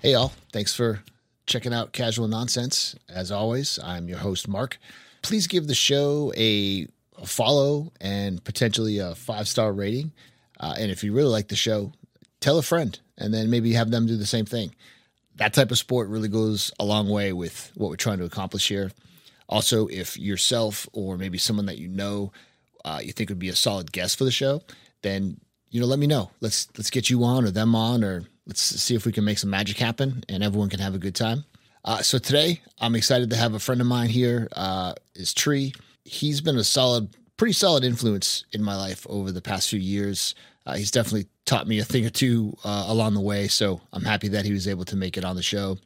Hey, all. Thanks for checking out Casual Nonsense. As always, I'm your host, Mark. Please give the show a, a follow and potentially a five star rating. Uh, and if you really like the show, tell a friend and then maybe have them do the same thing. That type of sport really goes a long way with what we're trying to accomplish here. Also, if yourself or maybe someone that you know uh, you think would be a solid guest for the show, then you know let me know. Let's let's get you on or them on or let's see if we can make some magic happen and everyone can have a good time. Uh, so today I'm excited to have a friend of mine here. Uh, is Tree. He's been a solid, pretty solid influence in my life over the past few years. Uh, he's definitely taught me a thing or two uh, along the way. So I'm happy that he was able to make it on the show.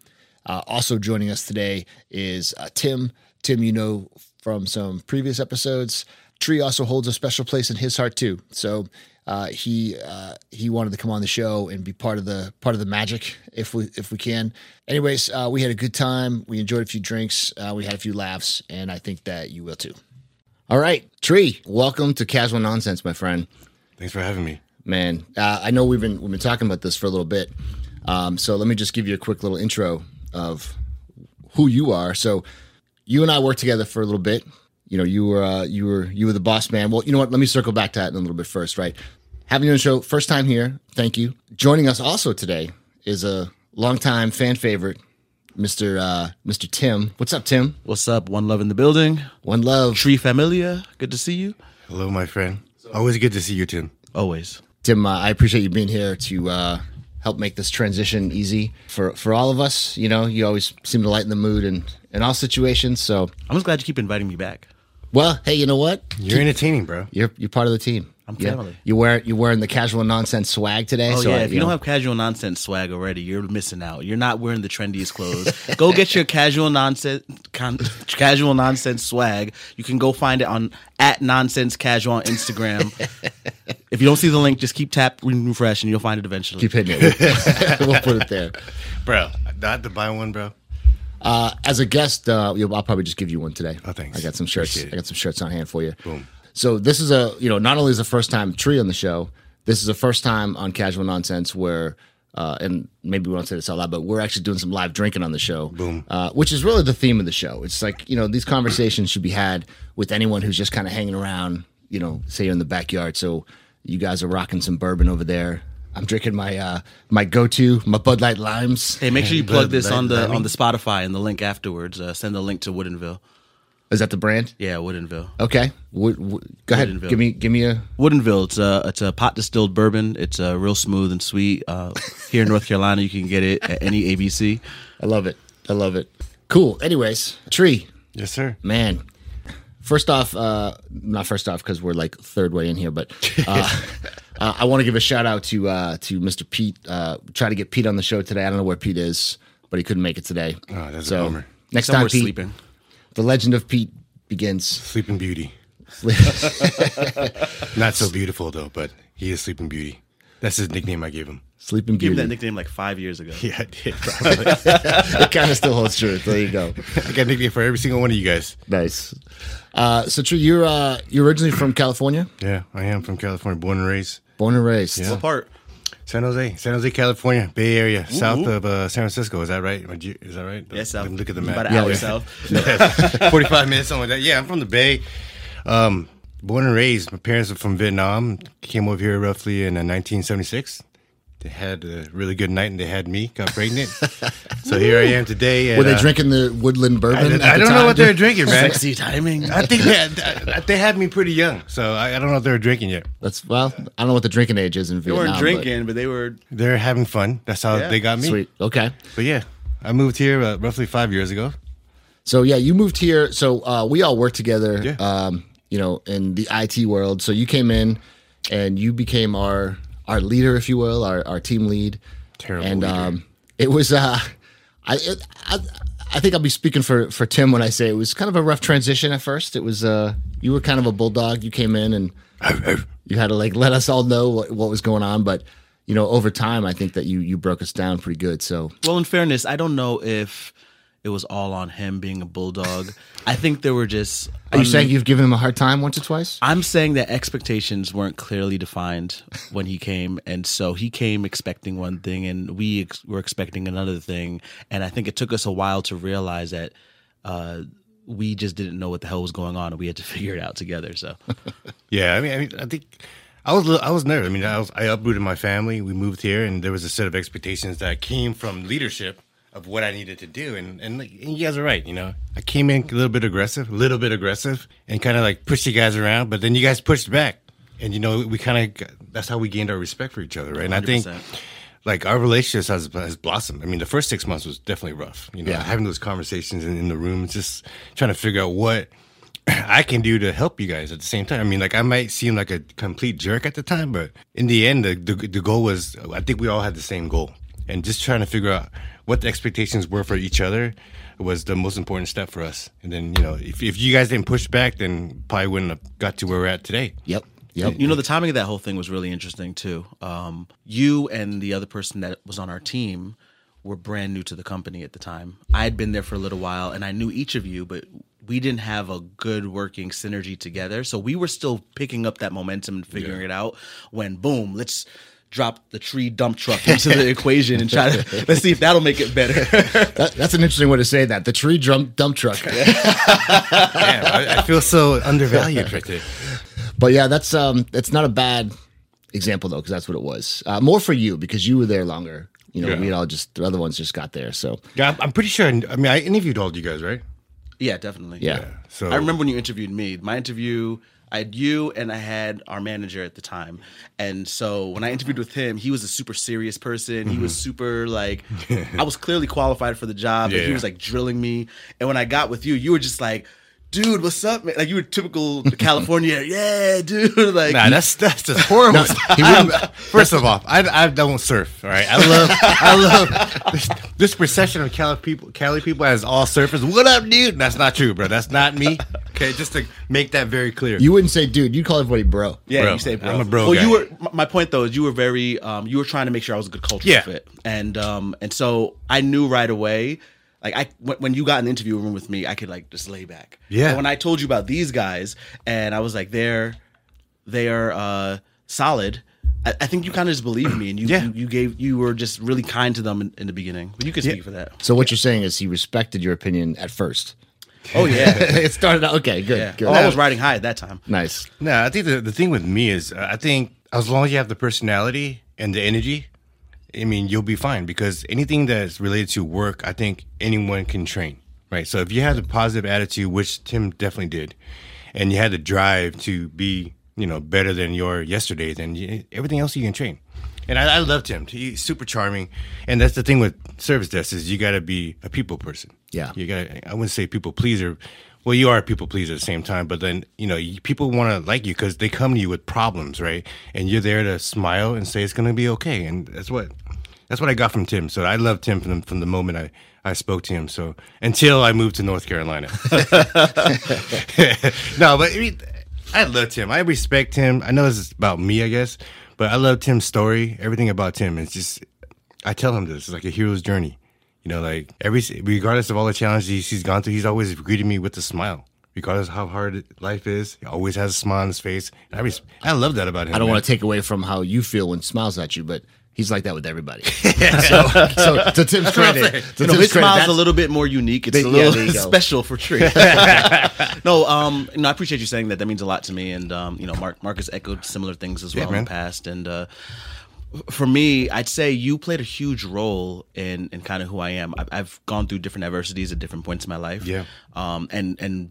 Uh, also joining us today is uh, Tim. Tim, you know from some previous episodes. Tree also holds a special place in his heart too. So uh, he uh, he wanted to come on the show and be part of the part of the magic if we if we can. Anyways, uh, we had a good time. We enjoyed a few drinks. Uh, we had a few laughs, and I think that you will too. All right, Tree, welcome to Casual Nonsense, my friend Thanks for having me. man. Uh, I know we've been we've been talking about this for a little bit, um, so let me just give you a quick little intro of who you are. So, you and I worked together for a little bit. You know, you were uh, you were you were the boss man. Well, you know what? Let me circle back to that in a little bit first, right? Having you on the show, first time here. Thank you. Joining us also today is a longtime fan favorite, Mister uh, Mister Tim. What's up, Tim? What's up? One love in the building. One love. Tree Familia. Good to see you. Hello, my friend. Always good to see you, Tim. Always. Tim, uh, I appreciate you being here to uh, help make this transition easy for, for all of us. You know, you always seem to lighten the mood in, in all situations. So, I'm just glad you keep inviting me back. well, hey, you know what? You're entertaining, bro. You're you're part of the team. I'm Yeah. family. You wear you're wearing the casual nonsense swag today. Oh so yeah, I- if you don't have casual nonsense swag already, you're missing out. You're not wearing the trendiest clothes. go get your casual nonsense con, casual nonsense swag. You can go find it on at nonsense casual on Instagram. if you don't see the link, just keep tap refresh and you'll find it eventually. keep hitting it. We'll, we'll put it there. Bro, I had to buy one, bro. Uh, as a guest, uh, you'll- I'll probably just give you one today. Oh, thanks. I got some shirts. Appreciate it. I got some shirts on hand for you. Boom. So this is a you know not only is the first time Tree on the show, this is the first time on Casual Nonsense where. Uh, and maybe we won't say this out loud, but we're actually doing some live drinking on the show, Boom. Uh, which is really the theme of the show. It's like you know these conversations should be had with anyone who's just kind of hanging around. You know, say you're in the backyard, so you guys are rocking some bourbon over there. I'm drinking my uh, my go-to, my Bud Light limes. Hey, make sure you plug this on the Let me- on the Spotify and the link afterwards. Uh, send the link to Woodenville. Is that the brand? Yeah, Woodenville. Okay. W- w- go ahead. Woodenville. Give me give me a Woodenville. It's a it's a pot distilled bourbon. It's uh, real smooth and sweet. Uh, here in North Carolina, you can get it at any ABC. I love it. I love it. Cool. Anyways, tree, Yes, sir. man. First off, uh not first off cuz we're like third way in here, but uh, uh, I want to give a shout out to uh to Mr. Pete. Uh try to get Pete on the show today. I don't know where Pete is, but he couldn't make it today. Ah, Oh, that's a bummer. Next Somewhere time Pete, sleeping. the legend of Pete begins. Sleeping Beauty. Not so beautiful, though, but he is Sleeping Beauty. That's his nickname I gave him. Sleeping Give him that Beauty. nickname like five years ago. Yeah, I did. Probably. It kind of still holds true. There you go. I got a nickname for every single one of you guys. Nice. Uh, so true. You're uh, you're originally from California, Yeah, I am from California, born and raised. born and raised. What part? San Jose, San Jose, California, Bay Area, south of uh, San Francisco. Is that right? Would you- Is that right? Yes, Let south. me Look at the About map. an hour Yeah. south. Yes. 45 minutes, something like that. Yeah, I'm from the Bay. Um, born and raised. My parents are from Vietnam. Came over here roughly in uh, 1976. They had a really good night and they had me, got pregnant. so here I am today. and, Were they uh, drinking the woodland I, bourbon? didn't- at I the don't know time, what dude? they're drinking, man. Sexy timing. I think they had, I- I- they had me pretty young, so I, I don't know if they were drinking yet. That's well, I don't know what the drinking age is in They Vietnam. weren't but- drinking, but they were. They're having fun. That's how Yeah. they got me. Sweet. Okay. But yeah, I moved here uh, roughly five years ago. So yeah, you moved here. So uh, we all worked together. Yeah. Um, you know, in the IT world. So you came in, and you became our our leader, if you will, our our team lead. Terrible And leader. um, it was uh, I, it, I I think I'll be speaking for for Tim when I say it was kind of a rough transition at first. It was uh, you were kind of a bulldog. You came in and you had to like let us all know what, what was going on, but. You know, over time, I think that you you broke us down pretty good. So Well, in fairness, I don't know if It was all on him being a bulldog. I think there were just. Are you Um, saying you've given him a hard time once or twice? I'm saying that expectations weren't clearly defined when he came, and so he came expecting one thing, and we ex- were expecting another thing, and I think it took us a while to realize that uh, we just didn't know what the hell was going on, and we had to figure it out together. So, Yeah, I mean, I mean, I think I was I was nervous. I mean, I was I uprooted my family. We moved here, and there was a set of expectations that came from leadership of what I needed to do. And and, like, and you guys are right. You know, I came in a little bit aggressive, a little bit aggressive, and kind of like pushed you guys around. But then you guys pushed back, and you know, we kind of that's how we gained our respect for each other, right? And I think. 100%. Like our relationship has, has blossomed. I mean, the first six months was definitely rough. You know, Yeah. having those conversations in, in the room, just trying to figure out what I can do to help you guys at the same time. I mean, like I might seem like a complete jerk at the time, but in the end, the, the, the goal was I think we all had the same goal, and just trying to figure out what the expectations were for each other was the most important step for us. And then you know, if if you guys didn't push back, then probably wouldn't have got to where we're at today. Yep. Yep. You know, the timing of that whole thing was really interesting too. Um, you and the other person that was on our team were brand new to the company at the time. I had been there for a little while, and I knew each of you, but we didn't have a good working synergy together. So we were still picking up that momentum and figuring it out. When boom, let's drop the tree dump truck into the equation and try to let's see if that'll make it better. That, that's an interesting way to say that. The tree dump dump truck. Damn, I, I feel so undervalued right there. But yeah, that's um, that's not a bad example though, because that's what it was. Uh, more for you because you were there longer. You know, Yeah. we had all just the other ones just got there. So Yeah, I'm- I'm pretty sure. I mean, I interviewed all of you guys, right? yeah, definitely. yeah, So I remember when you interviewed me. My interview, I had you and I had our manager at the time. And so when I interviewed with him, he was a super serious person. He Mm-hmm. was super like I was clearly qualified for the job, but he Yeah. was like drilling me. And when I got with you, you were just like, dude, what's up, man? Like you were typical California, yeah, dude. Like Nah, that's that's just horrible. he I wouldn't- don't- first of all, I, I don't surf. All right, I love I love this, this perception of Cali people. Cali people as all surfers. What up, dude? That's not true, bro. That's not me. Okay, just to make that very clear. you wouldn't say dude. You would call everybody bro. Yeah, Bro. you say bro. I'm a bro Well, you guy. were. my- My point though is you were very. Um, you were trying to make sure I was a good cultural Yeah. fit, and um, and so I knew right away. Like I, when when you got in the interview room with me, I could like just lay back. Yeah. But when I told you about these guys, and I was like, they're, they are uh, solid. I, I think you kind of just believed me, and you, Yeah. you you gave you were just really kind to them in, in the beginning. You could speak for that. So what you're saying is he respected your opinion at first. Oh yeah. it started out okay. Good. yeah. Good. Oh, I was riding high at that time. Nice. No, I think the, the thing with me is uh, I think as long as you have the personality and the energy, I mean, you'll be fine because anything that's related to work, I think anyone can train, right? So if you have the positive attitude, which Tim definitely did, and you had the drive to be, you know, better than your yesterday, then you, everything else you can train. And I, I loved him. He's super charming. And that's the thing with service desks is you got to be a people person. Yeah. You got. I wouldn't say people pleaser. Well, you are a people pleaser at the same time, but then you know you, people want to like you because they come to you with problems, right? And you're there to smile and say it's going to be okay, and that's what that's what I got from Tim. So I love Tim from the, from the moment I I spoke to him. So until I moved to North Carolina, no, but I mean, I love Tim. I respect him. I know this is about me, I guess, but I love Tim's story. Everything about Tim. It's just, I tell him this. It's like a hero's journey. You know, like every regardless of all the challenges he's gone through, he's always greeted me with a smile. Regardless of how hard life is, he always has a smile on his face. And I res- I love that about him. I don't want to take away from how you feel when smiles at you, but he's like that with everybody. so, so to Tim's credit, to You Tim's know, his credit, smile's that's- a little bit more unique. It's They- a yeah, little there you go. special for Tree. no, um, no, I appreciate you saying that. That means a lot to me. And um, you know, Mark Marcus echoed similar things as well in man. the past. And uh, for me, I'd say you played a huge role in in kind of who I am. I've, I've gone through different adversities at different points in my life. Yeah. Um, and and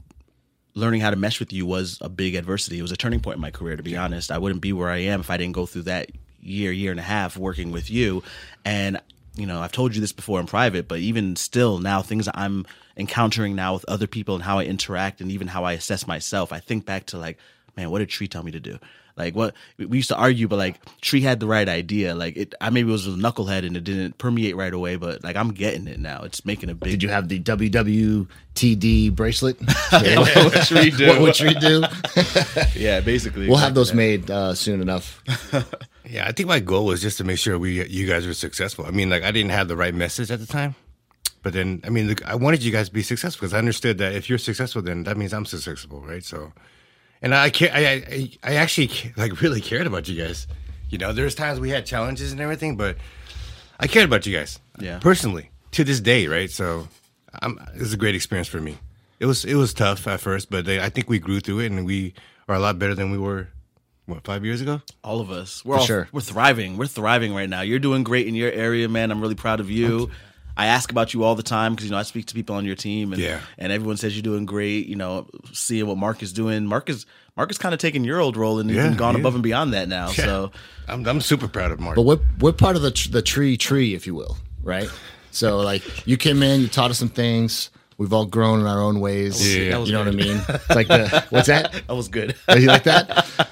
learning how to mesh with you was a big adversity. It was a turning point in my career, to be honest. I wouldn't be where I am if I didn't go through that year, year and a half working with you. And, you know, I've told you this before in private, but even still now, things that I'm encountering now with other people and how I interact and even how I assess myself, I think back to like, man, what did Tree tell me to do? Like what we used to argue, but like Tree had the right idea. Like it, I maybe was a knucklehead and it didn't permeate right away, but like I'm getting it now. It's making a big. Did you have the WWTD bracelet? what Tree do? what would you do? yeah, basically. We'll have those made uh, soon enough. Yeah, I think my goal was just to make sure we you guys were successful. I mean, like I didn't have the right message at the time, But then, I mean, look, I wanted you guys to be successful because I understood that if you're successful, then that means I'm successful, right? So, and I care. I, I I actually ca- like really cared about you guys. You know, there's times we had challenges and everything, but I cared about you guys. Yeah. Personally, to this day, right? So, I'm, it was a great experience for me. It was it was tough at first, but they, I think we grew through it, and we are a lot better than we were. What five years ago? All of us. We're For all, sure. we're thriving. We're thriving right now. You're doing great in your area, man. I'm really proud of you. I ask about you all the time because you know I speak to people on your team, and Yeah. and everyone says you're doing great. You know, seeing what Mark is doing. Mark is Mark is kind of taking your old role and Yeah, even gone yeah. above and beyond that now. So I'm I'm super proud of Mark. But we're we're part of the tr- the tree tree, if you will, right? So like you came in, you taught us some things. We've all grown in our own ways. Yeah. That you was know what I mean? It's like the, what's that? that was good. Are you like that?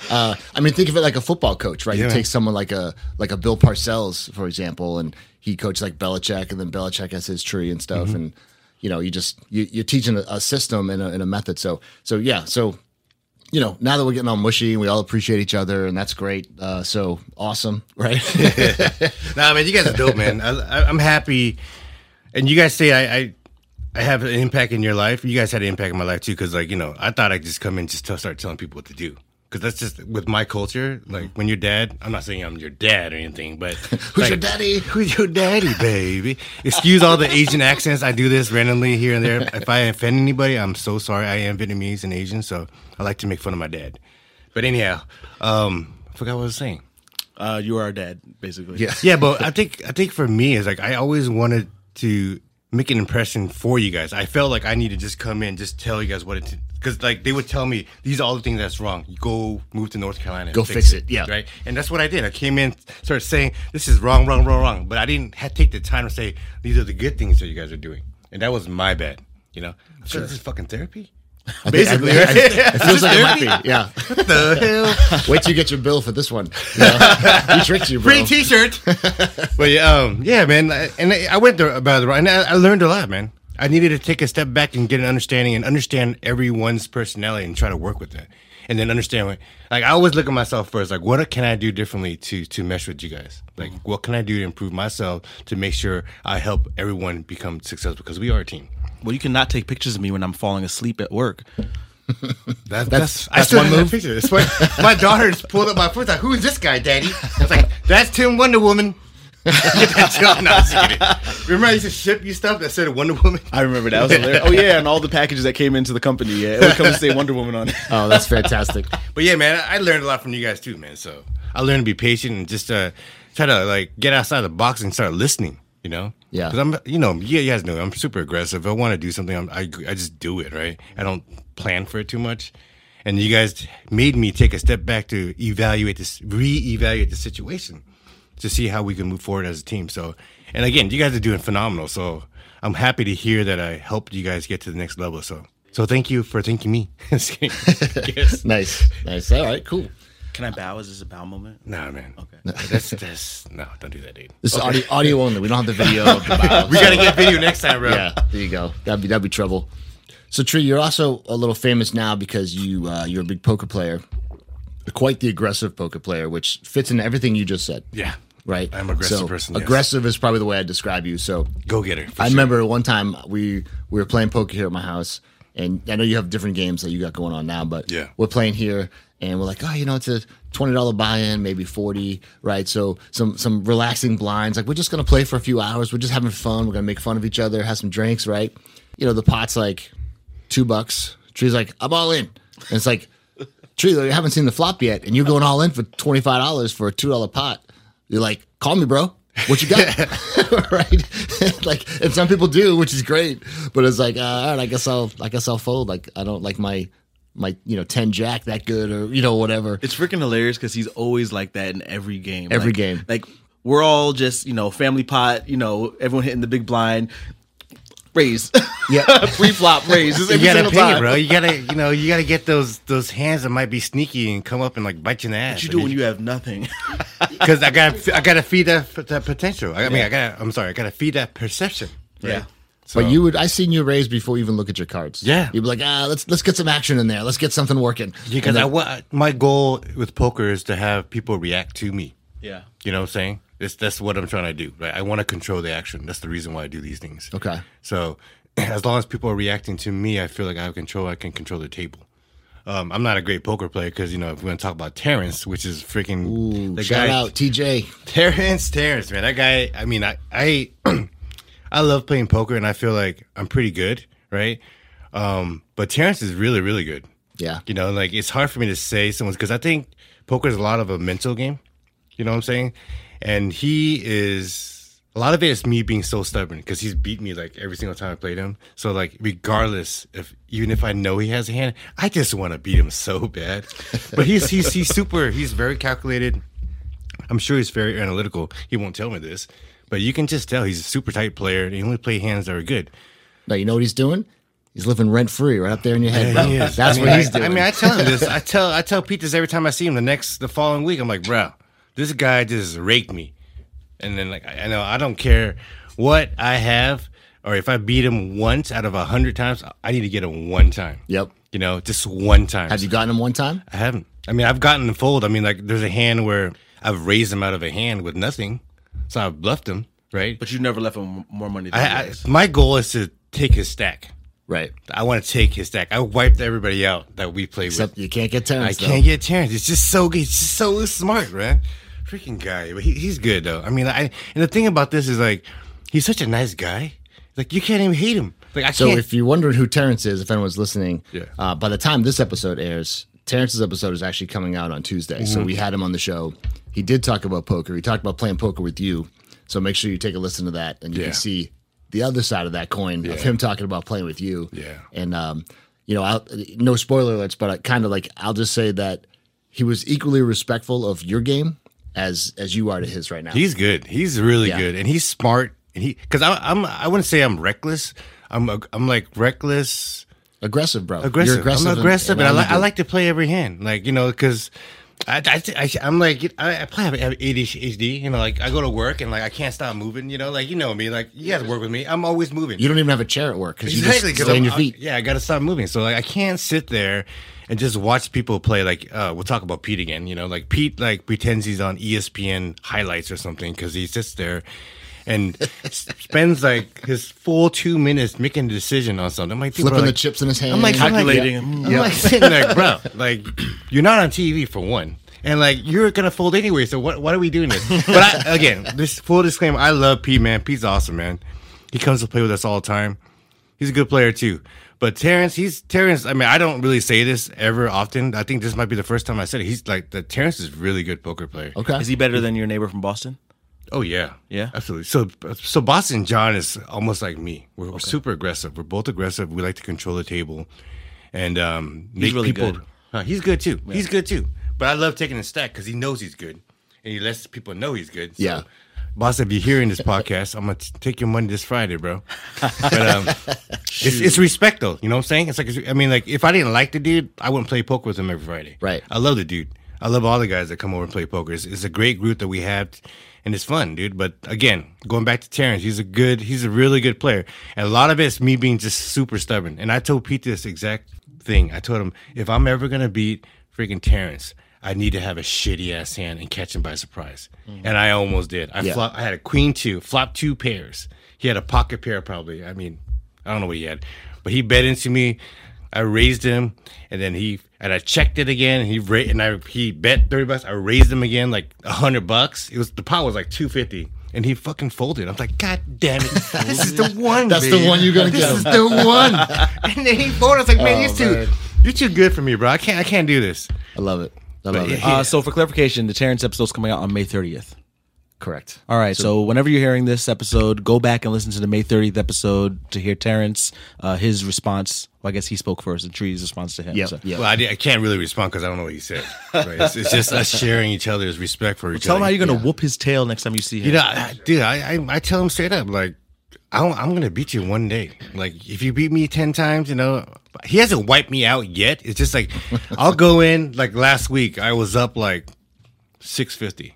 Uh, I mean, think of it like a football coach, right? Yeah. You take someone like a like a Bill Parcells, for example, and he coached like Belichick, and then Belichick has his tree and stuff, and you know, you just you, you're teaching a, a system and a, and a method. So so yeah, so you know, now that we're getting all mushy, we all appreciate each other, and that's great. Uh, so awesome, right? Nah, man, you guys are dope, man. I, I, I'm happy, and you guys say I, I I have an impact in your life. You guys had an impact in my life too, because like you know, I thought I'd just come in just to start telling people what to do. Because that's just with my culture. Like when your dad, I'm not saying I'm your dad or anything, but who's your daddy? Who's your daddy, baby? Excuse all the Asian accents. I do this randomly here and there. If I offend anybody, I'm so sorry. I am Vietnamese and Asian, so I like to make fun of my dad. But anyhow, um, I forgot what I was saying. Uh, you are our dad, basically. Yeah. yeah, but I think I think for me is like I always wanted to make an impression for you guys. I felt like I need to just come in, just tell you guys what it because like they would tell me these are all the things that's wrong. You go move to North Carolina, and Go fix it, yeah. right. And that's what I did. I came in, started saying this is wrong, wrong, wrong, wrong. But I didn't ha take the time to say these are the good things that you guys are doing, and that was my bad. You know, so this is fucking therapy. Basically, I- I- right? it feels like it might be. Yeah. what the hell? Wait till you get your bill for this one. You know? we tricked you, bro. free T-shirt. but yeah, um, yeah, man. I- And I, I went there about the and I, I learned a lot, man. I needed to take a step back and get an understanding and understand everyone's personality and try to work with that, and then understand what. Like I always look at myself first. Like what can I do differently to to mesh with you guys? Like what can I do to improve myself to make sure I help everyone become successful because we are a team. Well, you cannot take pictures of me when I'm falling asleep at work. That, That's- that's, that's I still one one move. move? Picture. It's funny. my daughter's pulled up my foot. Like, who is this guy, Daddy? I was like, that's Tim Wonder Woman. Get that job. No, I'm just kidding. Remember, I used to ship you stuff that said Wonder Woman. I remember that. was hilarious. Oh yeah, and all the packages that came into the company. Yeah, it would come to say Wonder Woman on it. Oh, that's fantastic. But yeah, man, I I learned a lot from you guys too, man. So I learned to be patient and just uh, try to like get outside the box and start listening. You know, Yeah. Because I'm, you know, yeah, you guys know I'm super aggressive. If I want to do something, I'm, I I just do it, right? I don't plan for it too much. And you guys made me take a step back to evaluate this, reevaluate the situation, to see how we can move forward as a team. So, and again, you guys are doing phenomenal. So I'm happy to hear that I helped you guys get to the next level. So. So thank you for thanking me. Just kidding. Yes. Nice. Nice. All right, cool. Can I bow? Is this a bow moment? Nah, man. Okay. That's that's no. Don't do that, dude. This is audio, audio only. We don't have the video of the bio. We gotta get video next time, bro. yeah, there you go. That'd be that'd be trouble. So Tree, you're also a little famous now because you uh, you're a big poker player, quite the aggressive poker player, which fits into everything you just said. Yeah. Right. I'm an aggressive So, person, yes. Aggressive is probably the way I describe you. So Go get her. for I sure. remember one time we we were playing poker here at my house, and I know you have different games that you got going on now, but Yeah. we're playing here, and we're like, oh, you know, it's a twenty dollar buy in, maybe forty, right? So some some relaxing blinds, like we're just gonna play for a few hours, we're just having fun, we're gonna make fun of each other, have some drinks, right? You know, the pot's like two bucks. Tree's like, I'm all in, and it's like, Tree, you haven't seen the flop yet, and you're going all in for twenty five dollars for a two dollar pot. You're like, call me, bro. What you got? right? like, and some people do, which is great. But it's like, uh, all right, I guess I'll, I guess I'll fold. Like, I don't like my, my, you know, ten jack that good, or you know, whatever. It's freaking hilarious because he's always like that in every game. Every Like- game. Like we're all just you know family pot. You know everyone hitting the big blind. Raise, Yeah. free flop raise. Just You every gotta single pay, time. bro. You gotta, you know, you gotta get those those hands that might be sneaky and come up and like bite you in the ass. What you do when you have nothing? Because I gotta, I gotta feed that that potential. I mean, I gotta. I'm sorry, I gotta feed that perception. right? Yeah. So, But you would, I seen you raise before you even look at your cards. Yeah. you'd be like, ah, let's let's get some action in there. Let's get something working. because I, wa- my goal with poker is to have people react to me. yeah. You know what I'm saying? That's that's what I'm trying to do. Right? I want to control the action. That's the reason why I do these things. Okay. So as long as people are reacting to me, I feel like I have control. I can control the table. Um, I'm not a great poker player because you know if we're gonna talk about Terrence, which is freaking Ooh, shout out TJ. Terrence, Terrence, man, that guy. I mean, I, I, I love playing poker, and I feel like I'm pretty good, right? Um, but Terrence is really, really good. Yeah. You know, like it's hard for me to say someone's because I think poker is a lot of a mental game. You know what I'm saying? And he is a lot of it is me being so stubborn because he's beat me like every single time I played him. So like regardless if even if I know he has a hand, I just want to beat him so bad. But he's he's he's super. He's very calculated. I'm sure he's very analytical. He won't tell me this, but you can just tell he's a super tight player and he only play hands that are good. Now you know what he's doing? He's living rent free right up there in your head. bro. He is. That's I what mean, he's I- doing. I mean, I tell him this. I tell I tell Pete this every time I see him. The next, the following week, I'm like, bro, this guy just raked me. And then like, I I know I don't care what I have or if I beat him once out of a hundred times, I need to get him one time. Yep. You know, just one time. Have you gotten him one time? I haven't. I mean, I've gotten the fold. I mean, like, there's a hand where I've raised him out of a hand with nothing, so I've bluffed him, right? But you never left him more money than I, he I is. my goal is to take his stack. Right. I want to take his stack. I wiped everybody out that we played with. Except you can't get I Terrence. though. can't get Terrence. It's just so good. It's just so smart, man. Freaking guy. But he, he's good though. I mean, I and the thing about this is like, he's such a nice guy. Like you can't even hate him. Like I So can't. if you're wondering who Terrence is, if anyone's listening, Yeah. uh, by the time this episode airs, Terrence's episode is actually coming out on Tuesday. Mm-hmm. So we had him on the show. He did talk about poker. He talked about playing poker with you. So make sure you take a listen to that and you Yeah. can see the other side of that coin of him talking about playing with you. Yeah. And, um, you know, I'll, no spoiler alerts, but I kind of like, I'll just say that he was equally respectful of your game as as you are to his right now. he's good. He's really Yeah. good, and he's smart. And he because I'm I wouldn't say I'm reckless. I'm a- I'm like reckless. aggressive, bro. You're aggressive. I'm and- aggressive, and, all I, you li- I do- like to play every hand. Like you know, because I, I, I am like I, I play I have ADHD. You know, like I go to work and like I can't stop moving. You know, like you know me. Like you guys work with me. I'm always moving. You don't even have a chair at work because Exactly, you 'cause just stay on I'm- your I'm- feet. yeah, I got to stop moving. So like, I can't sit there and just watch people play. Like, uh, we'll talk about Pete again. You know, like Pete like pretends he's on E ESPN highlights or something because he sits there and s- spends like his full two minutes making a decision on something. I'm like, people are flipping the like- chips in his hand. I'm like Calculating. I'm like, I'm like sitting there, bro. Like you're not on TV for one, and like you're gonna fold anyway. So what? What are we doing this? But I, again, this full disclaimer. I love Pete, man. Pete's awesome, man. He comes to play with us all the time. He's a good player too. But Terrence, he's Terrence. I mean, I don't really say this ever often. I think this might be the first time I said it. He's like the Terrence is really good poker player. okay. Is he better than your neighbor from Boston? Oh yeah, Yeah? absolutely. So, so Boston and John is almost like me. We're we're super aggressive. We're both aggressive. We like to control the table, and um, make really people. good. Huh, he's good too. He's good too. But I love taking the stack because he knows he's good, and he lets people know he's good. So, Yeah. Boston, if you're hearing this podcast, I'm gonna t- take your money this Friday, bro. But um, it's, it's respect though. You know what I'm saying? It's like it's, I mean, like if I didn't like the dude, I wouldn't play poker with him every Friday. Right. I love the dude. I love all the guys that come over and play poker. It's, it's a great group that we have, and it's fun, dude. But again, going back to Terrence, he's a good, he's a really good player, and a lot of it's me being just super stubborn. And I told Pete this exact thing. I told him if I'm ever gonna beat freaking Terrence, I need to have a shitty ass hand and catch him by surprise. And I almost did. I Yeah. flop, I had a queen two, flopped two pairs. He had a pocket pair, probably. I mean, I don't know what he had, but he bet into me. I raised him, and then he and I checked it again. And he ra- and I he bet thirty bucks. I raised him again, like hundred bucks. It was the pot was like two fifty, and he fucking folded. I'm like, God damn it, this is the one. That's the babe. one you're gonna This get. is the one. And then he folded. I was like, man, Oh, you're too, man. you're too good for me, bro. I can't, I can't do this. I love it. I love it. Uh, so for clarification, the Terrence episode's coming out on May 30th. Correct. All right, so, whenever you're hearing this episode, go back and listen to the May 30th episode to hear Terrence, uh, his response. Well, I guess he spoke first, and Tree's response to him. Yep. so. yep. Well, I, di- I can't really respond because I don't know what he said. Right? It's, it's just us sharing each other's respect for each Tell him other. how you're going to whoop his tail next time you see him. You know, I, dude, I, I I tell him straight up like, I don't- I'm gonna beat you one day. Like if you beat me ten times, you know, he hasn't wiped me out yet. It's just like I'll go in. Like last week, I was up like six fifty.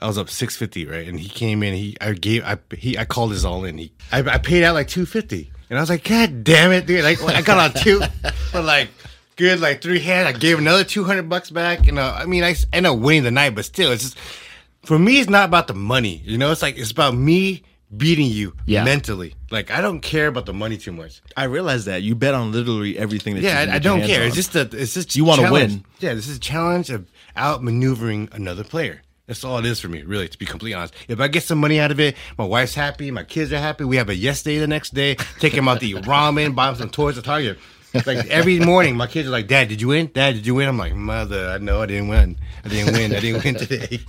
I was up six fifty, right? And he came in. He I gave I he I called his all in. He I, I paid out like two fifty, and I was like, God damn it, dude! Like I got on two, but like good like three hand. I gave another two hundred bucks back, and uh, I mean I s- ended up winning the night, but still, it's just for me, it's not about the money. You know, it's like it's about me beating you Yeah. mentally. Like I don't care about the money too much. I realize that you bet on literally everything. That Yeah, you can I, I get your don't hands care. on. It's just a, it's just You wanna challenge. win. Yeah, this is a challenge of outmaneuvering another player. That's all it is for me, really. To be completely honest, if I get some money out of it, my wife's happy, my kids are happy. We have a yes day the next day. Take them out to eat ramen, buy them some toys at Target. Like every morning, my kids are like, "Dad, did you win? Dad, did you win?" I'm like, "Mother, I know I didn't win. I didn't win. I didn't win today."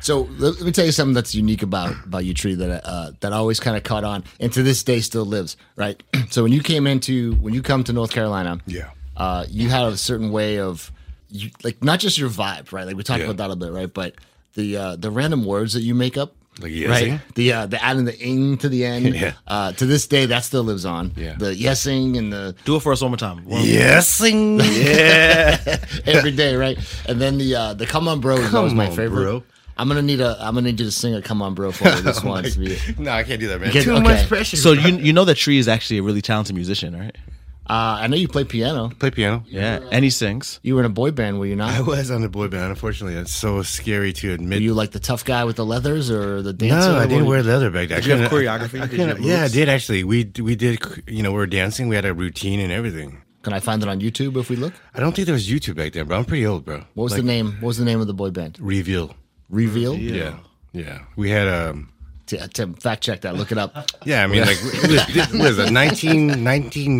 So let, let me tell you something that's unique about about you, Tree, that uh, that always kind of caught on, and to this day still lives. Right. so when you came into when you come to North Carolina, Yeah. uh, you had a certain way of, you, like not just your vibe, right? Like we talked Yeah. about that a bit, right? But the uh, the random words that you make up. Like yesing? right, the uh, the adding the ing to the end. Yeah. Uh, to this day, that still lives on. Yeah. The yesing and the do it for us one more time. One- Yesing. Yeah. every day, right? And then the uh, the come on bro is Come always my on, favorite. bro. Oh I'm gonna need a I'm gonna need you to sing a come on bro for me this one. to be- no, I can't do that, man. can't- Too okay. much pressure. So you you know that Tree is actually a really talented musician, right? Uh, I know you play piano. play piano. Yeah, and he sings. You were in a boy band, were you I not? was on the boy band. Unfortunately, that's so scary to Were admit. you like the tough guy with the leathers or the dancer? no, I What didn't were wear leather back then. Did you have I couldn't- choreography? I Did you couldn't- have yeah, I moves? did actually. We we did. You know, we were dancing. We had a routine and everything. Can I find it on YouTube if we look? I don't think there was YouTube back then, bro. I'm pretty old, bro. What was the name? What was the name of the boy band? Reveal. Reveal. Yeah. yeah, We had um. T- uh, Tim, fact check that. Look it up. Yeah, I mean, like, it was, it was it 19,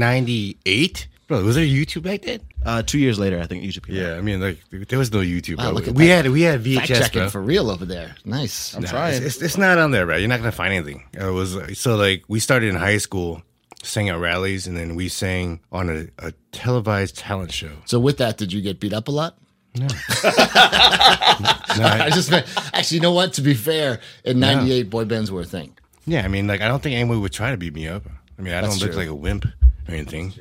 1998? Bro, was there YouTube back then? Uh, two years later, I think YouTube. came out. Yeah, I mean, like, there was no YouTube. Wow, bro. look at we that. had we had Fact VHS, checking bro. for real over there. Nice. Nah, It's, it's, it's not on there, right? You're not gonna find anything. It was uh, so like we started in high school, sang at rallies, and then we sang on a, a televised talent show. So with that, did you get beat up a lot? No, I I- just actually, you know what? To be fair, in '98, boy bands were a thing. yeah, I mean, like I don't think anyone would try to beat me up. I mean, I That's don't look true. like a wimp or anything.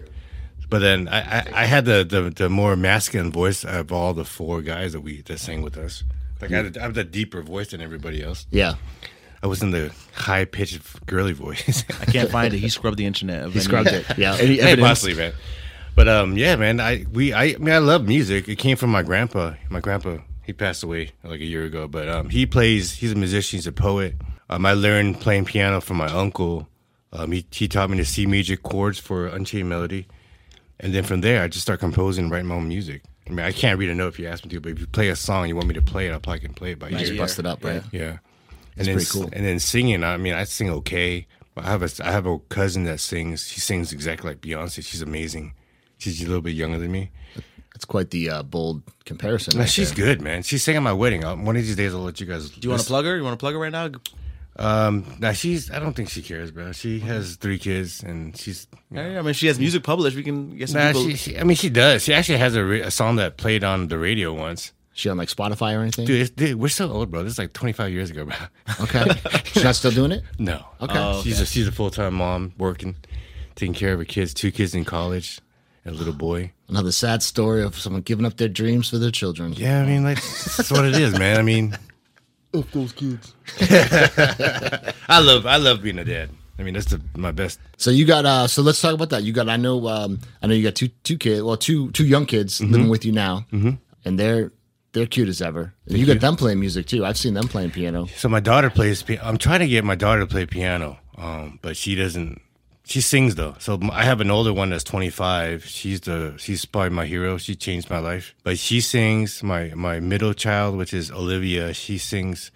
But then I, I, I had the, the the more masculine voice of all the four guys that we that sang with us. Like I had, a, I had a deeper voice than everybody else. Yeah. I was in the high pitched girly voice. I can't find it. He scrubbed the internet. He scrubbed it, yeah. Any Hey, evidence? possibly, man. But um, yeah, man. I we I, I mean, I love music. It came from my grandpa. My grandpa he passed away like a year ago, but um, he plays. He's a musician. He's a poet. Um, I learned playing piano from my uncle. Um, he he taught me the C major chords for Unchained Melody, and then from there I just start composing, and writing my own music. I mean, I can't read a note if you ask me to, but if you play a song, you want me to play it, I probably can play it by ear. Just bust it up, right? Yeah, and then pretty cool. and then singing. I mean, I sing okay. But I have a I have a cousin that sings. She sings exactly like Beyonce. She's amazing. She's a little bit younger than me. That's quite the uh, bold comparison. But right she's there. good, man. She's singing at my wedding. I'll, one of these days, I'll let you guys. Do you want to plug her? You want to plug her right now? Um, now she's. I don't think she cares, bro. She has three kids, and she's. Hey, I mean, she has music published. We can get some Nah, people. she, she- I mean, she does. She actually has a, re- a song that played on the radio once. She on like Spotify or anything? Dude, it's, dude, we're so old, bro. This is like 25 years ago, bro. Okay. She's not still doing it? No. Okay. Oh, She's a she's a full time mom working, taking care of her kids, two kids in college, and a little boy. Another sad story of someone giving up their dreams for their children. Yeah, I mean, like that's what it is, man. I mean, Of those kids. I love I love being a dad. I mean, that's the, my best. So you got uh so let's talk about that. You got I know um I know you got two two kids well two two young kids living with you now. Mm-hmm. And they're they're cute as ever. And you got them playing music too. I've seen them playing piano. So my daughter plays. pi- I'm trying to get my daughter to play piano, um, but she doesn't. She sings though. So m- I have an older one that's 25. She's the she's probably my hero. She changed my life. But she sings. My my middle child, which is Olivia, she sings.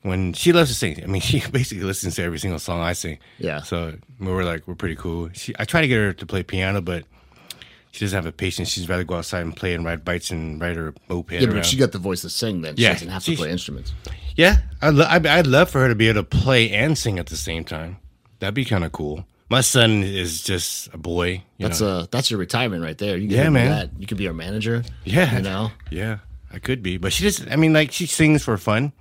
When she loves to sing, I mean, she basically listens to every single song I sing. Yeah. So we were like, we're pretty cool. She, I try to get her to play piano, but she doesn't have the patience. She'd rather go outside and play and ride bikes and ride her moped. Yeah, around. but she got the voice to sing then. Yeah. She doesn't have to She- play instruments. Yeah, I'd, lo- I'd, I'd love for her to be able to play and sing at the same time. That'd be kind of cool. My son is just a boy. You That's know? uh that's your retirement right there. You can Yeah, do man. that. You could be our manager. yeah, You know? yeah. I could be, but she just. I mean, like she sings for fun.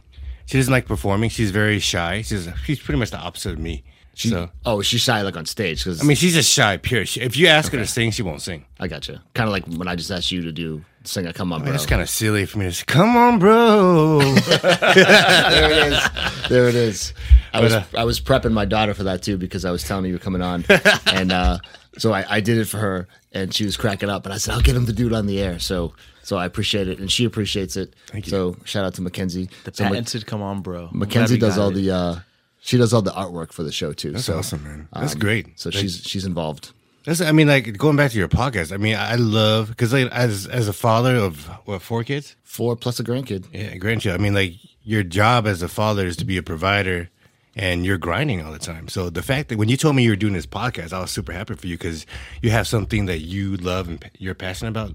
She doesn't like performing. She's very shy. She's she's pretty much the opposite of me. She, so Oh, she's shy like on stage because I mean, she's just shy. Pure. She, if you ask her to sing, she won't sing. I gotcha. Kind of like when I just asked you to do sing a come on, bro. It's kind of silly for me to say, "Come on, bro." there it is. There it is. I was uh, I was prepping my daughter for that too because I was telling her you were coming on, and uh, so I, I did it for her, and she was cracking up. And I said, "I'll get him to do it on the air." So so I appreciate it, and she appreciates it. Thank you. So shout out to Mackenzie. The so Mac- patents should come on, bro. I'm glad Mackenzie we does got all it. the uh, she does all the artwork for the show too. That's so awesome, man. That's um, great. So Like, she's she's involved. That's I mean, like going back to your podcast. I mean, I love because like, as as a father of what four kids, Four plus a grandkid. yeah, grandchild. I mean, like your job as a father is to be a provider, and you're grinding all the time. So the fact that when you told me you were doing this podcast, I was super happy for you because you have something that you love and pa- you're passionate about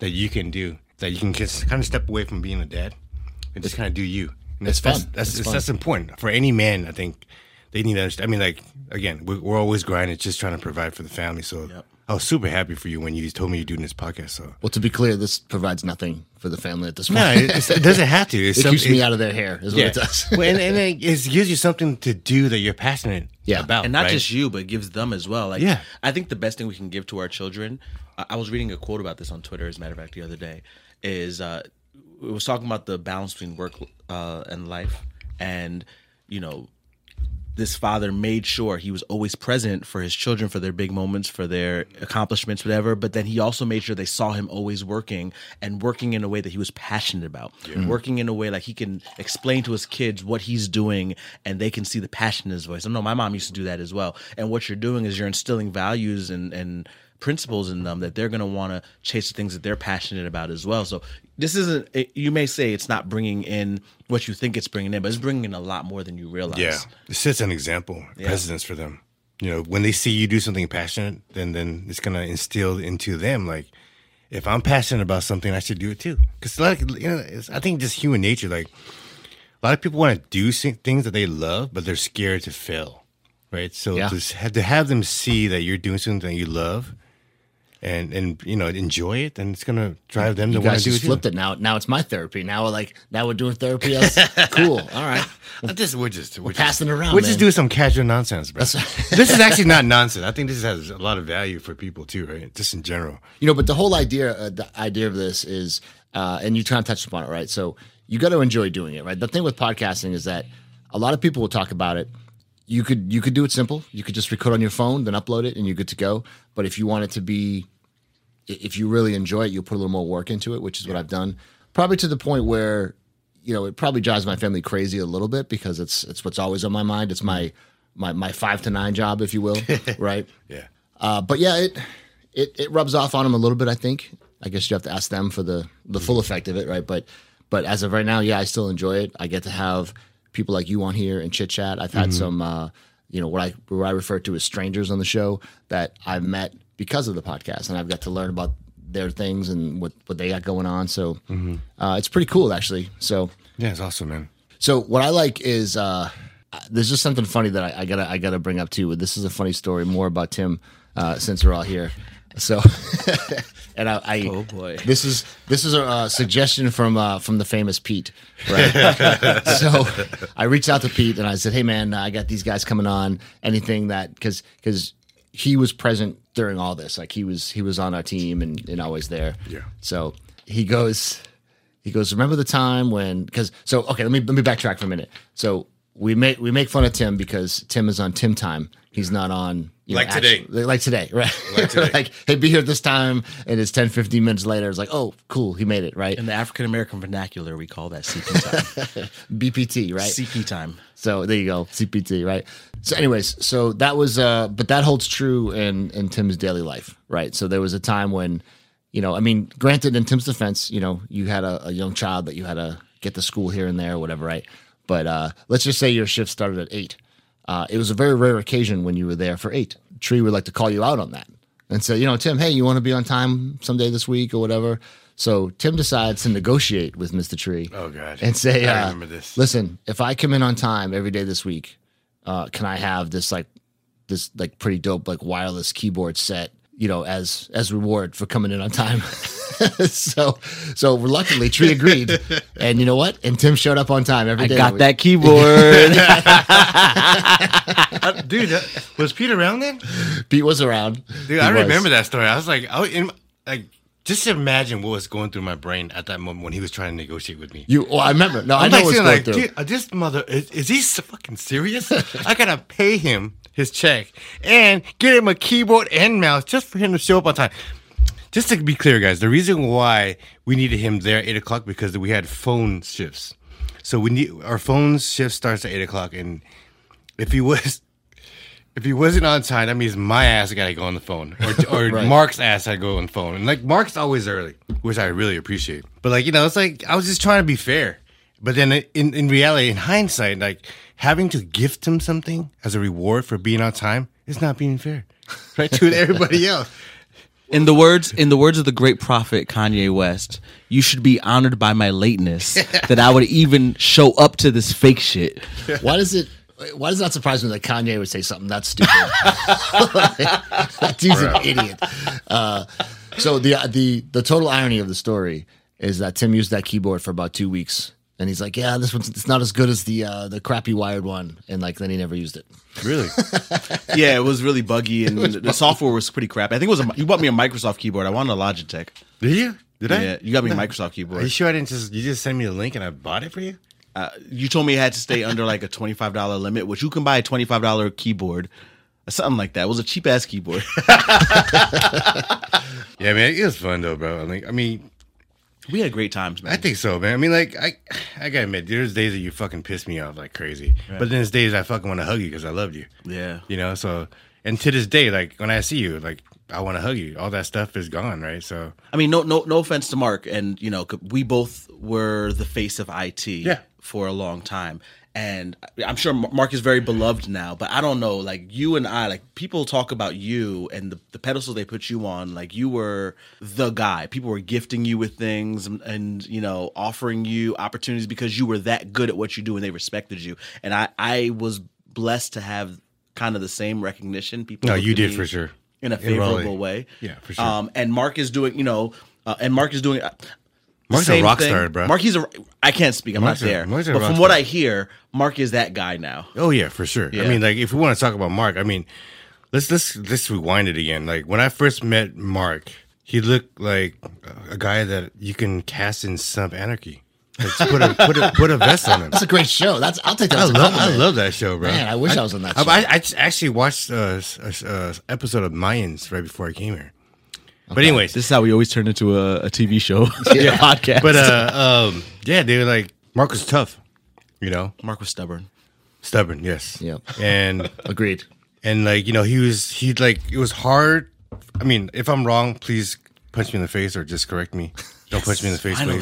that you can do that you can just kind of step away from being a dad and just kind of do you. And It's that's, fun. That's It's that's, fun. that's important for any man. I think they need to understand. I mean, like again, we- we're always grinding, just trying to provide for the family. So I was super happy for you when you told me you're doing this podcast. So Well, to be clear, this provides nothing for the family at this point. no, it's, it doesn't have to. It's it some- keeps it- me out of their hair. Is what it does. well, and, and it, it gives you something to do that you're passionate Yeah. about. and not right? just you, but it gives them as well. Like, Yeah. I think the best thing we can give to our children. I, I was reading a quote about this on Twitter, as a matter of fact, the other day. Is uh, it was talking about the balance between work uh, and life, and you know, this father made sure he was always present for his children for their big moments for their accomplishments whatever but then he also made sure they saw him always working and working in a way that he was passionate about working in a way like he can explain to his kids what he's doing and they can see the passion in his voice i know my mom used to do that as well and what you're doing is you're instilling values and and principles in them that they're going to want to chase the things that they're passionate about as well. So this isn't. It, you may say it's not bringing in what you think it's bringing in, but it's bringing in a lot more than you realize. yeah, it sets an example, precedence for them. You know, when they see you do something passionate, then then it's gonna instill into them like, if I'm passionate about something, I should do it too. Because like you know, it's, I think just human nature. Like a lot of people want to do si- things that they love, but they're scared to fail. Right. So Yeah. to, s- have, to have them see that you're doing something that you love. And, and you know enjoy it, then it's gonna drive them to You want guys to do it. just too. flipped it now. Now it's my therapy. Now we're like, now we're doing therapy. else. cool. All right. Uh, This we're just we're, passing just, around, We're man. just doing some casual nonsense, bro. this is actually not nonsense. I think this has a lot of value for people too, right? Just in general. You know, but the whole idea, uh, the idea of this is, uh, and you kind of touched upon it, right? So you got to enjoy doing it, right? The thing with podcasting is that a lot of people will talk about it. You could you could do it simple. You could just record on your phone, then upload it, and you're good to go. But if you want it to be, i- if you really enjoy it, you'll put a little more work into it, which is what I've done. Probably to the point where, you know, it probably drives my family crazy a little bit because it's it's what's always on my mind. It's my my my five to nine job, if you will, right? Yeah. Uh, but yeah, it, it it rubs off on them a little bit. I think. I guess you have to ask them for the the full effect of it, right? But but as of right now, yeah, I still enjoy it. I get to have people like you on here and chit chat. I've had some, uh, you know, what I what I refer to as strangers on the show that I've met because of the podcast, and I've got to learn about their things and what what they got going on. So uh, it's pretty cool, actually. So Yeah, it's awesome, man. so what I like is uh, there's just something funny that I, I gotta I gotta bring up too. This is a funny story more about Tim uh, since we're all here. So and I, I Oh, boy. this is this is a uh, suggestion from uh, from the famous Pete. Right. so I reached out to Pete and I said, "Hey man, I got these guys coming on. Anything that because because he was present during all this. Like he was he was on our team and and always there. Yeah. So he goes he goes, "Remember the time when?" Because so okay, let me let me backtrack for a minute. So we make we make fun of Tim because Tim is on Tim time. He's not on you Like today. actual- like today, right? Like today. like hey, be here this time, and it's 10, 15 minutes later. It's like, oh, cool, he made it, right? In the African American vernacular, we call that CP time. BPT, right? CP time. So there you go, CPT, right? So, anyways, so that was, uh, but that holds true in in Tim's daily life, right? So there was a time when, you know, I mean, granted, in Tim's defense, you know, you had a, a young child that you had to get to school here and there, or whatever, right? But uh, let's just say your shift started at eight. Uh, it was a very rare occasion when you were there for eight. Tree would like to call you out on that and say, you know, Tim, hey, you want to be on time someday this week or whatever. So Tim decides to negotiate with Mr. Tree. Oh, God. And say, I uh, remember this. listen, if I come in on time every day this week, uh, can I have this like this like pretty dope like wireless keyboard set, you know, as as reward for coming in on time? so so reluctantly, Tree agreed. and you know what? And Tim showed up on time every I day. got week. that keyboard. Uh, dude, that, was Pete around then? Pete was around. Dude, I remember that story. I was like, I was in, like Just imagine what was going through my brain at that moment when he was trying to negotiate with me. You, well, I remember. No, i I'm know like what's sitting going like, through. dude, uh, this mother is, is he s- fucking serious? I gotta pay him his check and get him a keyboard and mouse just for him to show up on time. Just to be clear, guys, the reason why we needed him there at eight o'clock because we had phone shifts. So we need our phone shift starts at eight o'clock, and if he was if he wasn't on time, that means my ass gotta go on the phone, or, or Right. Mark's ass I go on the phone. And like Mark's always early, which I really appreciate. But like you know, it's like I was just trying to be fair. But then in in reality, in hindsight, like having to gift him something as a reward for being on time is not being fair, right? To everybody else. In the words, in the words of the great prophet Kanye West, you should be honored by my lateness that I would even show up to this fake shit. Why does it? Why does it not surprise me that Kanye would say something that stupid? that dude's an idiot. Uh, so the the the total irony of the story is that Tim used that keyboard for about two weeks, and he's like, "Yeah, this one's it's not as good as the uh, the crappy wired one," and like then he never used it. Really? Yeah, it was really buggy, and the software was pretty crap. I think it was a, you bought me a Microsoft keyboard. I wanted a Logitech. Did you? Did I? Yeah, you got me a Microsoft Are you keyboard. sure I didn't just you just send me the link and I bought it for you? Uh, you told me it had to stay under like a twenty five dollar limit, which you can buy a twenty five dollar keyboard, something like that. It was a cheap ass keyboard. Yeah, man, it was fun though, bro. I think I mean we had great times, man. I think so, man. I mean, like, I, I gotta admit, there's days that you fucking piss me off like crazy, but then there's days I fucking want to hug you because I loved you. Yeah. you know. So, and to this day, like when I see you, like I want to hug you. All that stuff is gone, right? So, I mean, no, no, no offense to Mark, and you know, 'cause we both were the face of IT Yeah. for a long time, and I- I'm sure Mar- Mark is very beloved now. But I don't know, like you and I, like people talk about you and the, the pedestal they put you on. Like you were the guy. People were gifting you with things, and, and you know, offering you opportunities because you were that good at what you do, and they respected you. And I, I was blessed to have kind of the same recognition. People, no, looked you at did me for sure. in a In Raleigh. favorable way. Yeah, for sure. Um, and Mark is doing, you know, uh, and Mark is doing. uh, the Mark's a same rock thing. star, bro. Mark, he's a. I can't speak. I'm Mark's a- not there. Mark's a but rock from what star. I hear, Mark is that guy now. Oh yeah, for sure. I Yeah. mean, like if we want to talk about Mark, I mean, let's let's let's rewind it again. Like when I first met Mark, he looked like a guy that you can cast in some anarchy. Let's put a put a put a vest on him. That's a great show. That's I'll take that. I as a love, I compliment. love that show, bro. Man, I wish I was on that I, show. I, I just actually watched uh, an episode of Mayans right before I came here. But anyways, This is how we always turn into a, a TV show, yeah. podcast. but uh, um, yeah, they were like Mark was tough, you know, Mark was stubborn. stubborn. Yes. Yep. And Agreed. and like you know he was he like it was hard. I mean, if I'm wrong, please punch me in the face or just correct me. Don't punch me in the face, finally.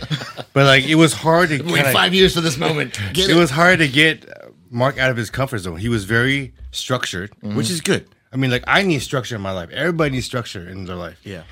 please. But like it was hard to Wait kinda- five years for this moment. Get it it. was hard to get Mark out of his comfort zone. He was very structured, which is good. I mean, like I need structure in my life. Everybody needs structure in their life. Yeah.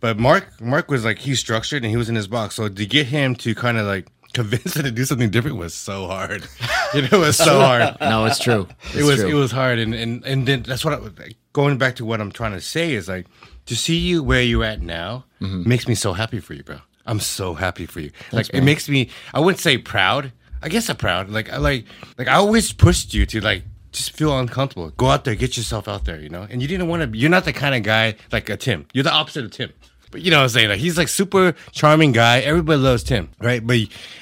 But Mark, Mark was like he's structured and he was in his box. So to get him to kind of like convince him to do something different was so hard. You know, it was so hard. No, it's true. it was true. it was hard, and and and then that's what I, like, going back to what I'm trying to say is like to see you where you're at now Mm-hmm. makes me so happy for you, bro. I'm so happy for you. like it makes me. I wouldn't say proud. I guess I'm proud. Like I like like I always pushed you to like just feel uncomfortable. Go out there, get yourself out there, you know. And you didn't want to. You're not the kind of guy like a Tim. You're the opposite of Tim. But you know what I'm saying? Like he's like super charming guy. Everybody loves Tim, right? But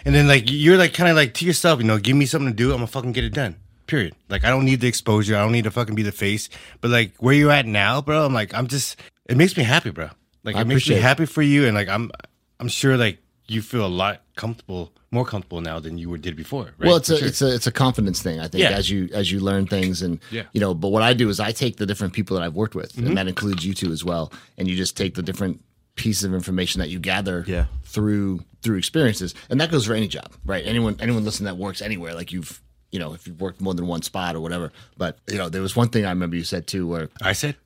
and then like you're like kind of like to yourself, you know, give me something to do. I'm gonna fucking get it done. Period. Like I don't need the exposure. I don't need to fucking be the face. But like where you at now, bro? I'm like I'm just. It makes me happy, bro. Like it makes me appreciate it. happy for you, and like I'm. I'm sure like you feel a lot comfortable, more comfortable now than you were did before. Right? Well, it's For a sure. it's a it's a confidence thing. I think Yeah. as you as you learn things and Yeah. Mm-hmm. you know. But what I do is I take the different people that I've worked with, and that includes you two as well. And you just take the different pieces of information that you gather Yeah. through through experiences, and that goes for any job, right? Anyone anyone listening that works anywhere, like you've you know if you've worked more than one spot or whatever. But you know there was one thing I remember you said too, where I said.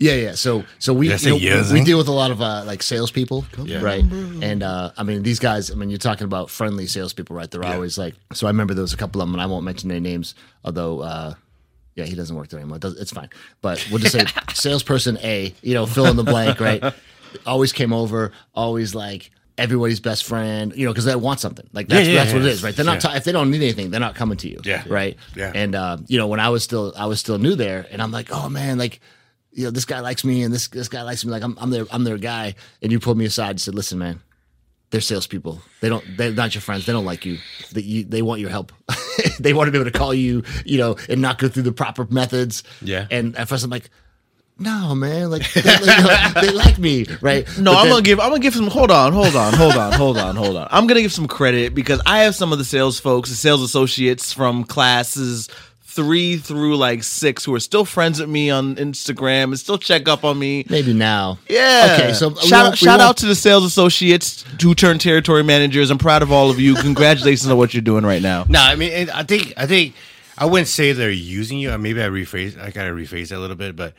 yeah, yeah. So, so we Did I you say know, yes, we eh? deal with a lot of uh, like salespeople, Yeah. right? And uh, I mean, these guys. I mean, you're talking about friendly salespeople, right? They're always like. So I remember there was a couple of them, and I won't mention their names, although. Uh, yeah, he doesn't work there anymore. It does- It's fine, but we'll just say salesperson A. You know, fill in the blank, right? Always came over. Always like everybody's best friend. You know, because they want something. Like that's, Yeah, yeah, that's what yeah. it is, right? They're not Yeah. ti- if they don't need anything, they're not coming to you, Yeah. right? um, Yeah. And uh, you know, when I was still I was still new there, and I'm like, oh man, like you know, this guy likes me and this this guy likes me. Like I'm I'm their I'm their guy. And you pulled me aside and said, listen, man, they're salespeople. They don't they're not your friends. They don't like you. That you they want your help. they want to be able to call you, you know, and not go through the proper methods. Yeah. And at first I'm like, no, man, like they, you know, they like me, right? No, But I'm then- gonna give. I'm gonna give some. Hold on, hold on, hold on, hold on, hold on. I'm gonna give some credit because I have some of the sales folks, the sales associates from classes three through like six, who are still friends with me on Instagram and still check up on me. maybe now. Yeah. Okay, so we shout, won't- we shout won't- out to the sales associates who turned territory managers. I'm proud of all of you. Congratulations on what you're doing right now. No, I mean, and I think I think I wouldn't say they're using you. Uh, Maybe I rephrase. I gotta rephrase that a little bit, but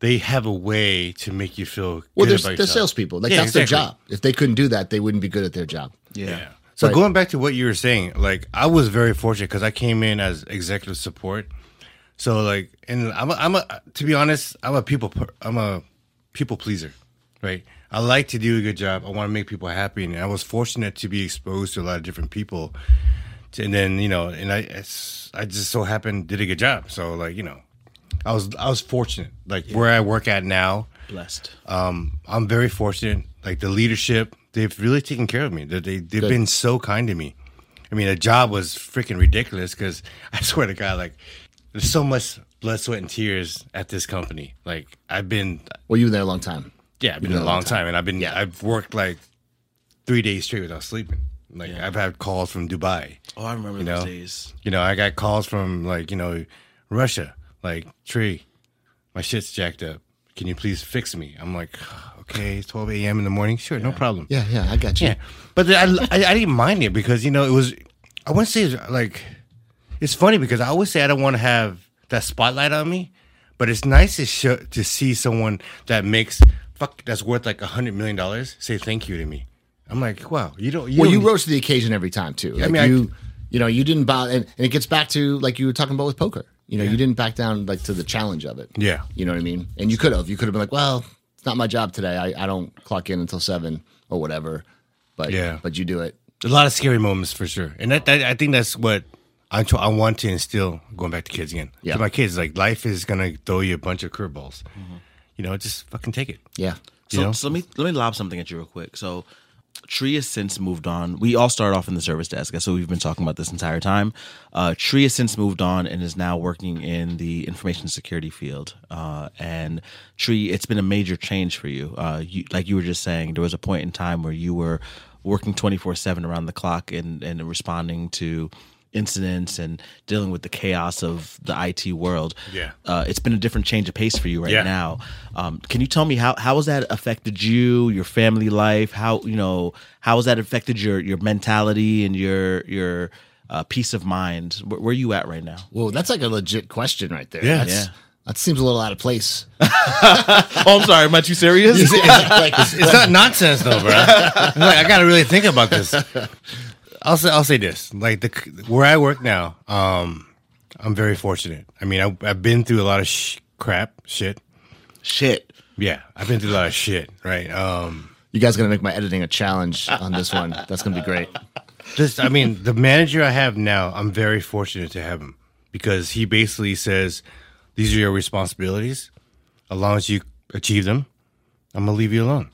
they have a way to make you feel Well, good they're, about they're yourself. salespeople. Like Yeah, that's their exactly. job. If they couldn't do that, they wouldn't be good at their job. Yeah. So Right. going back to what you were saying, like I was very fortunate because I came in as executive support. So like, and I'm a, I'm a to be honest, I'm a people per- I'm a people pleaser, right? I like to do a good job. I want to make people happy, and I was fortunate to be exposed to a lot of different people. And then you know, and I it's, I just so happened did a good job. So like you know, I was I was fortunate. Like where I work at now, Blessed. um, I'm very fortunate. Like the leadership, they've really taken care of me. They, they, they've been so kind to me. I mean, the job was freaking ridiculous because I swear to God, like, there's so much blood, sweat, and tears at this company. Like, I've been, Well, you were there a long time. yeah, I've been, a long time. and I've been, I've worked like three days straight without sleeping. Like, I've had calls from Dubai. Oh, I remember You those know? days. You know, I got calls from like, you know, Russia, like, Tree, my shit's jacked up. Can you please fix me? I'm like, okay, it's 12 a.m. in the morning. Sure, no problem. Yeah, yeah, I got you. Yeah, but then I, I I didn't mind it because you know it was I wouldn't say it's like it's funny because I always say I don't want to have that spotlight on me, but it's nice to show to see someone that makes fuck that's worth like a hundred million dollars say thank you to me. I'm like, wow, you don't. You Well, you don't- rose to the occasion every time too. Like mean, I- you, you know, you didn't bow, and, and it gets back to like you were talking about with poker. You know, you didn't back down like to the challenge of it. Yeah. you know what I mean. And you could have, you could have been like, well, it's not my job today. I, I don't clock in until seven or whatever. But Yeah. but you do it. a lot of scary moments for sure, and that, that I think that's what. I, tr- I want to instill going back to kids again. Yeah. To my kids, like life is gonna throw you a bunch of curveballs. You know, just fucking take it. Yeah, You So, know? so let me let me lob something at you real quick. So Tree has since moved on. We all started off in the service desk. That's what we've been talking about this entire time. Uh, Tree has since moved on and is now working in the information security field. Uh, and Tree, it's been a major change for you. Uh, you. Like you were just saying, there was a point in time where you were working 24 7 around the clock and, and responding to incidents and dealing with the chaos of the IT world. Yeah. Uh, it's been a different change of pace for you right Yeah. now now. Um, can you tell me how how has that affected you, your family life? How you know how has that affected your your mentality and your your uh, peace of mind? Where, where are you at right now? Well, that's like a legit question right there. Yeah. That's- Yeah. that seems a little out of place. Oh, I'm sorry. Am I too serious? like, It's not nonsense though, bro. I'm like, I gotta really think about this. I'll say I'll say this: like the where I work now, um, I'm very fortunate. I mean, I, I've been through a lot of sh- crap, shit. Shit. Yeah, I've been through a lot of shit, right? Um, you guys gonna make my editing a challenge on this one. That's gonna be great. this, I mean, the manager I have now, I'm very fortunate to have him because he basically says, "These are your responsibilities. As long as you achieve them, I'm gonna leave you alone.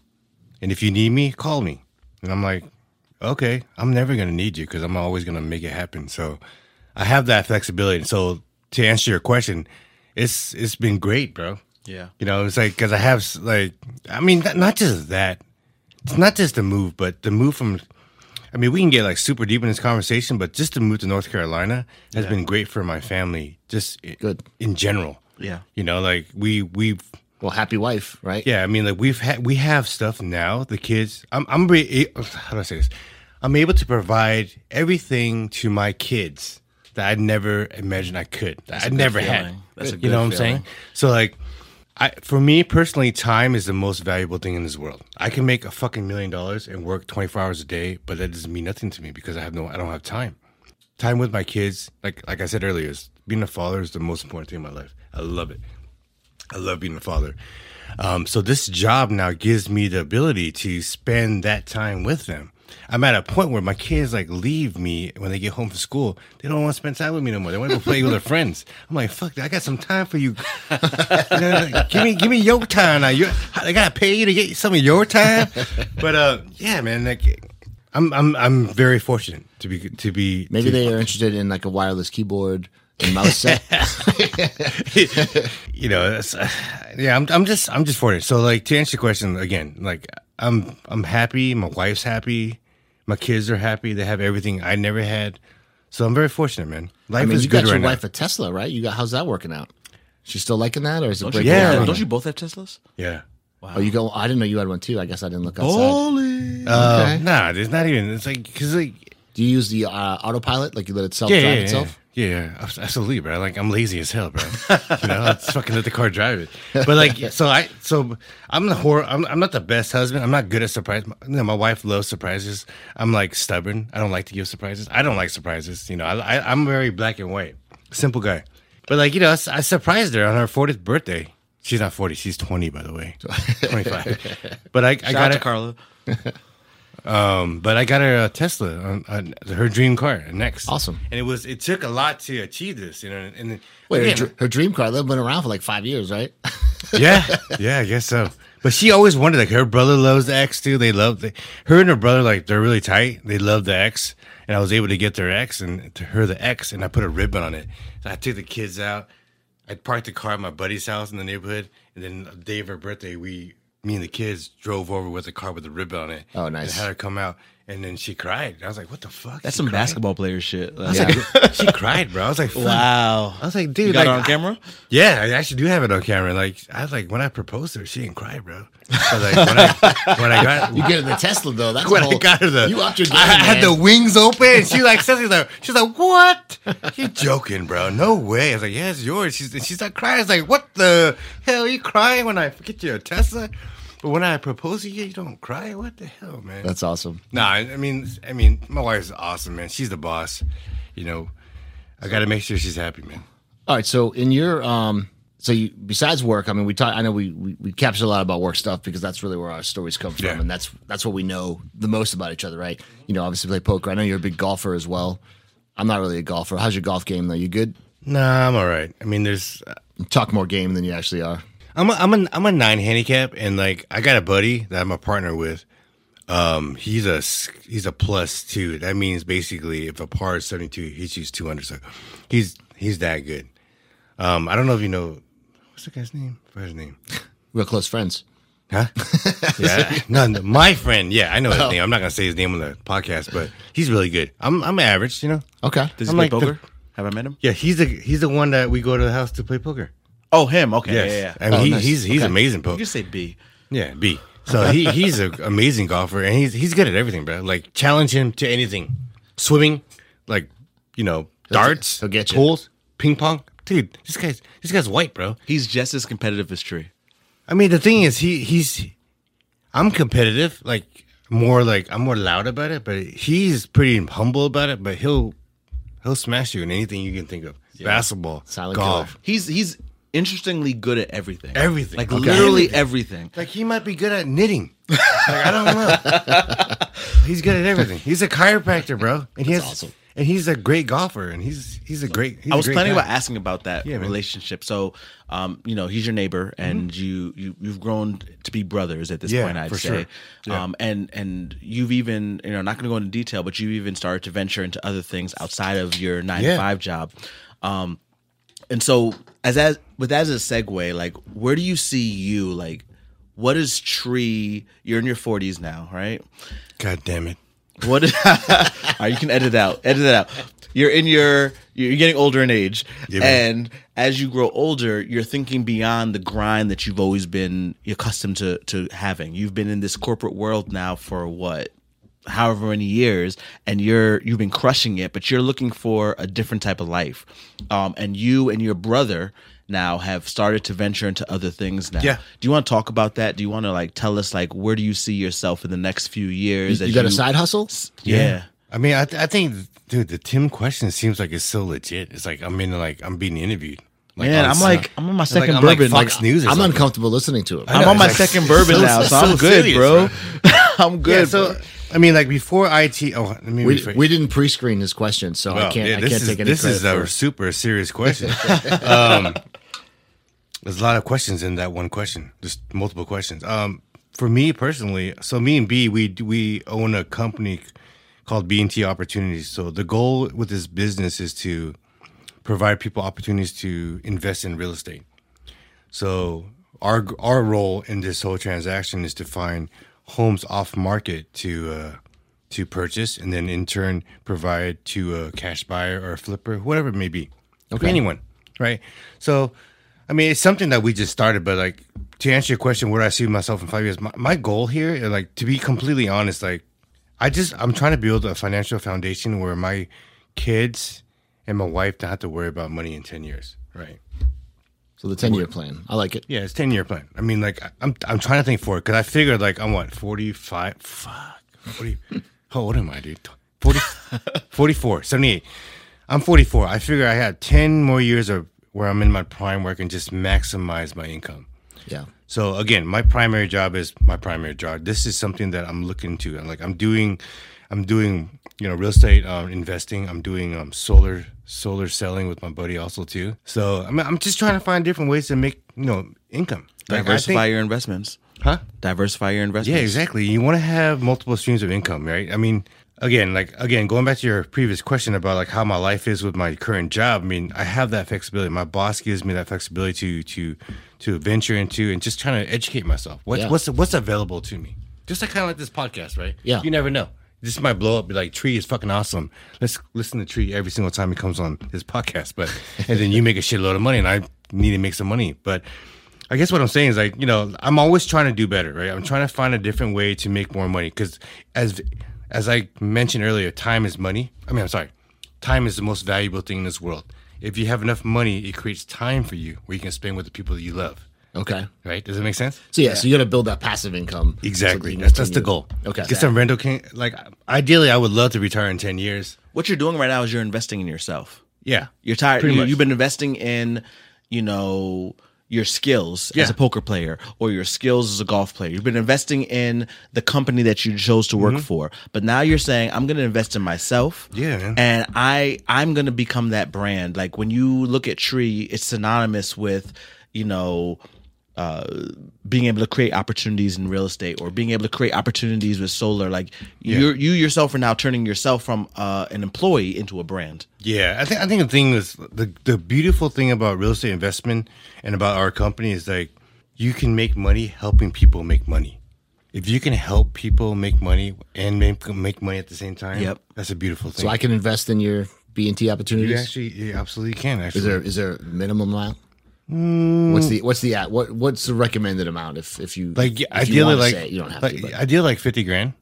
And if you need me, call me." And I'm like, okay, I'm never going to need you because I'm always going to make it happen. So I have that flexibility. So to answer your question, it's it's been great, bro. Yeah. You know, it's like because I have s- like I mean, not, not just that, it's not just the move, but the move from. I mean, we can get like super deep in this conversation, but just the move to North Carolina has been great for my family, just i- Good. in general. Yeah. You know, like we we've Well, happy wife, right? yeah, I mean, like we've had we have stuff now. The kids, I'm I'm re- eh, how do I say this? I'm able to provide everything to my kids that I never imagined I could. That I good never had. feeling. That's a you good know what I'm feeling. saying? So like, I for me personally, time is the most valuable thing in this world. I can make a fucking million dollars and work 24 hours a day, but that doesn't mean nothing to me because I have no I don't have time. Time with my kids, like like I said earlier, is being a father is the most important thing in my life. I love it. I love being a father. Um, so this job now gives me the ability to spend that time with them. I'm at a point where my kids like leave me when they get home from school. They don't want to spend time with me no more. They want to go play with their friends. I'm like, fuck, that. I got some time for you. You know, give me, give me your time now. you I gotta pay you to get some of your time. But uh, yeah, man, like, I'm, I'm, I'm very fortunate to be, to be. Maybe to- they are interested in like a wireless keyboard and mouse set. you know, that's, yeah, I'm, I'm just, I'm just fortunate. So, like, to answer your question again, like, I'm, I'm happy. My wife's happy. My kids are happy. They have everything I never had. So I'm very fortunate, man. Life I mean, is you good got your right wife a Tesla, right? You got how's that working out? She's still liking that, or is it Don't you, breaking? Yeah. down? don't you both have Teslas? now. Yeah. Oh, you go. I didn't know you had one too. I guess I didn't look outside. Oh. Holy. Uh, Okay. Nah, there's not even. It's like because like Do you use the uh, autopilot? Like you let it self yeah, drive yeah, yeah, itself? yeah, yeah, abs- absolutely, bro. Like I'm lazy as hell, bro. you know, I just fucking let the car drive it. But like, so I, so I'm the horror. I'm, I'm not the best husband. I'm not good at surprise. You know, my wife loves surprises. I'm like stubborn. I don't like to give surprises. I don't like surprises. You know, I, I I'm very black and white, simple guy. But like, you know, I, s- I surprised her on her 40th birthday. She's not 40. She's 20, by the way. 25. But I, I Shout out got to it. Carla. But I got her a Tesla, on, on her dream car, next. Awesome. And it was it took a lot to achieve this, you know. And, and Wait, her, again, dr- her dream car that been around for like five years, right? yeah, yeah, I guess so. But she always wanted like her brother loves the X too. They love the, her and her brother like they're really tight. They love the X, and I was able to get their X and to her the X, and I put a ribbon on it. So I took the kids out. I parked the car at my buddy's house in the neighborhood, and then the day of her birthday, we me and the kids drove over with a car with a ribbon on it. Oh, nice. And had her come out, and then she cried. I was like, "What the fuck?" That's She some cried? basketball player shit. Like, she cried, bro. I was like, fuck. Wow. I was like, You dude, got like, it on camera? yeah, I actually do have it on camera. Like, I was like, when I proposed to her, she didn't cry, bro. I was like, when I, when I got, You get in the Tesla though. That's when a whole, I got her the, you upped your game, I had the man. wings open. And she like says, like, she's like, what? You're joking, bro? No way. I was like, yeah, it's yours. She's and she's like crying. I was like, what the hell? You crying when I get you a Tesla? But when I propose to you, you don't cry. What the hell, man? That's awesome. Nah, I I mean, I mean, my wife's awesome, man. She's the boss. You know, I got to make sure she's happy, man. All right. So in your um, so you besides work, I mean, we talk. I know we we, we capture a lot about work stuff because that's really where our stories come from, Yeah. and that's that's what we know the most about each other, right? You know, obviously play poker. I know you're a big golfer as well. I'm not really a golfer. How's your golf game though? You good? Nah, I'm all right. I mean, there's, Talk more game than you actually are. I'm a, I'm a, I'm a nine handicap, and like I got a buddy that I'm a partner with. Um, he's a s- he's a plus two. That means basically if a par is 72, he shoots two under. So he's he's that good. Um, I don't know if you know what's the guy's name. What's his name? Real close friends. Huh? yeah. No, no, my friend. Yeah, I know his name. I'm not gonna say his name on the podcast, but he's really good. I'm I'm average, you know. Okay. Does he I'm play like the- poker? Have I met him? Yeah, he's the he's the one that we go to the house to play poker. Oh, him. Okay. Yeah, yeah, yeah. I mean, Oh, he, nice. he's he's Okay. amazing You poker. can say B. Yeah, B. So he he's an amazing golfer, and he's he's good at everything, bro. Like challenge him to anything, swimming, like you know darts, He'll get you. pools, ping pong. Dude, this guy's this guy's white, bro. He's just as competitive as Tree. I mean, the thing is, he he's I'm competitive, like more like I'm more loud about it, but he's pretty humble about it. But he'll he'll smash you in anything you can think of: basketball, Silent golf, killer. He's he's interestingly good at everything. Everything. Like Okay. literally everything. Like he might be good at knitting. Like I don't know. he's good at everything. He's a chiropractor, bro, and he has, awesome. and he's a great golfer, and he's he's a great. He's I was a great planning guy. about asking about that man. Mm-hmm. relationship. So, um, you know, he's your neighbor, and you you you've grown to be brothers at this Yeah, point. I'd for say, sure. Yeah. um, and and you've even you know not going to go into detail, but you've even started to venture into other things outside of your nine to Yeah. five job. Um, and so as as with that as a segue, like where do you see you like? What is tree? You're in your 40s now, right? God damn it! What? All right, you can edit out. Edit that out. You're in your. You're getting older in age, Yeah, man. and as you grow older, you're thinking beyond the grind that you've always been accustomed to to having. You've been in this corporate world now for what, however many years, and you're you've been crushing it, but you're looking for a different type of life. Um, and you and your brother now have started to venture into other things now. Yeah. Do you want to talk about that? Do you want to like tell us like where do you see yourself in the next few years? You, as you got a side hustle? yeah. I mean, I, th- I think, dude, the Tim question seems like it's so legit. It's like I'm in, like I'm being interviewed. Like, oh, Man, on I'm some- like I'm on my second I'm like bourbon. Fox News. Or I'm something. uncomfortable listening to it. I'm on my second bourbon so- now, so, I'm so good, serious, bro. I'm good. yeah, so bro. I mean, like before IT. Oh, let me We, rephrase. we didn't pre-screen his question, so I Well, can't. yeah, I this can't is, take any This credit. is a for it. super serious question. um, there's a lot of questions in that one question. There's multiple questions. Um, for me personally, so me and B, we we own a company called B and T Opportunities. So the goal with this business is to provide people opportunities to invest in real estate. So our our role in this whole transaction is to find homes off market to uh, to purchase, and then in turn provide to a cash buyer or a flipper, whatever it may be, okay. anyone, right? So, I mean, it's something that we just started, but like to answer your question, where I see myself in five years, my, my goal here, like to be completely honest, like I just I'm trying to build a financial foundation where my kids and my wife don't have to worry about money in ten years, right? so the ten-year plan. I like it. Yeah, it's ten year plan. I mean, like I- I'm I'm trying to think forward because I figured like I'm what forty five. Fuck, forty. how old am I, dude? 40, 44, 78. I'm forty four. I figure I had ten more years of where I'm in my prime where I can just maximize my income. Yeah. So again, my primary job is my primary job. This is something that I'm looking to, and like I'm doing, I'm doing you know real estate um, investing. I'm doing um, solar solar selling with my buddy also too. So I'm I'm just trying to find different ways to make you know income. Like, I Diversify think- your investments. huh? Diversify your investments. Yeah, exactly. You want to have multiple streams of income, right? I mean, again, like again, going back to your previous question about like how my life is with my current job. I mean, I have that flexibility. My boss gives me that flexibility to to to venture into and just trying to educate myself. What's Yeah. what's what's available to me? Just like kind of like this podcast, right? Yeah. You never know. This might blow up. Be like, Tree is fucking awesome. Let's listen to Tree every single time he comes on this podcast. But and then you make a shitload of money, and I need to make some money. But I guess what I'm saying is like, you know, I'm always trying to do better, right? I'm trying to find a different way to make more money because as as I mentioned earlier, time is money. I mean, I'm sorry. Time is the most valuable thing in this world. If you have enough money, it creates time for you where you can spend with the people that you love, Okay. right? Does that make sense? So yeah, so you got to build that passive income. so that Exactly. you can That's that's the continue- goal. Okay. Get some rental can like ideally I would love to retire in 10 years. What you're doing right now is you're investing in yourself. Yeah. You're tired. Pretty You, much. you've been investing in, you know, your skills as Yeah. a poker player or your skills as a golf player. You've been investing in the company that you chose to work for. But now you're saying I'm going to invest in myself. Mm-hmm. Yeah, man. And I I'm going to become that brand. Like when you look at Tree, it's synonymous with, you know, uh, being able to create opportunities in real estate or being able to create opportunities with solar like you're, you yourself are now turning yourself from uh, an employee into a brand Yeah, I think I think the thing is the the beautiful thing about real estate investment and about our company is like you can make money helping people make money. If you can help people make money and make make money at the same time, Yep. that's a beautiful thing. So I can invest in your B and T you opportunities. actually, you absolutely can. Actually, Is there is there a minimum amount? Mm. What's the what's the at what what's the recommended amount if if you like if you ideally, wanna like say it, you don't have like, to but, ideally like fifty grand.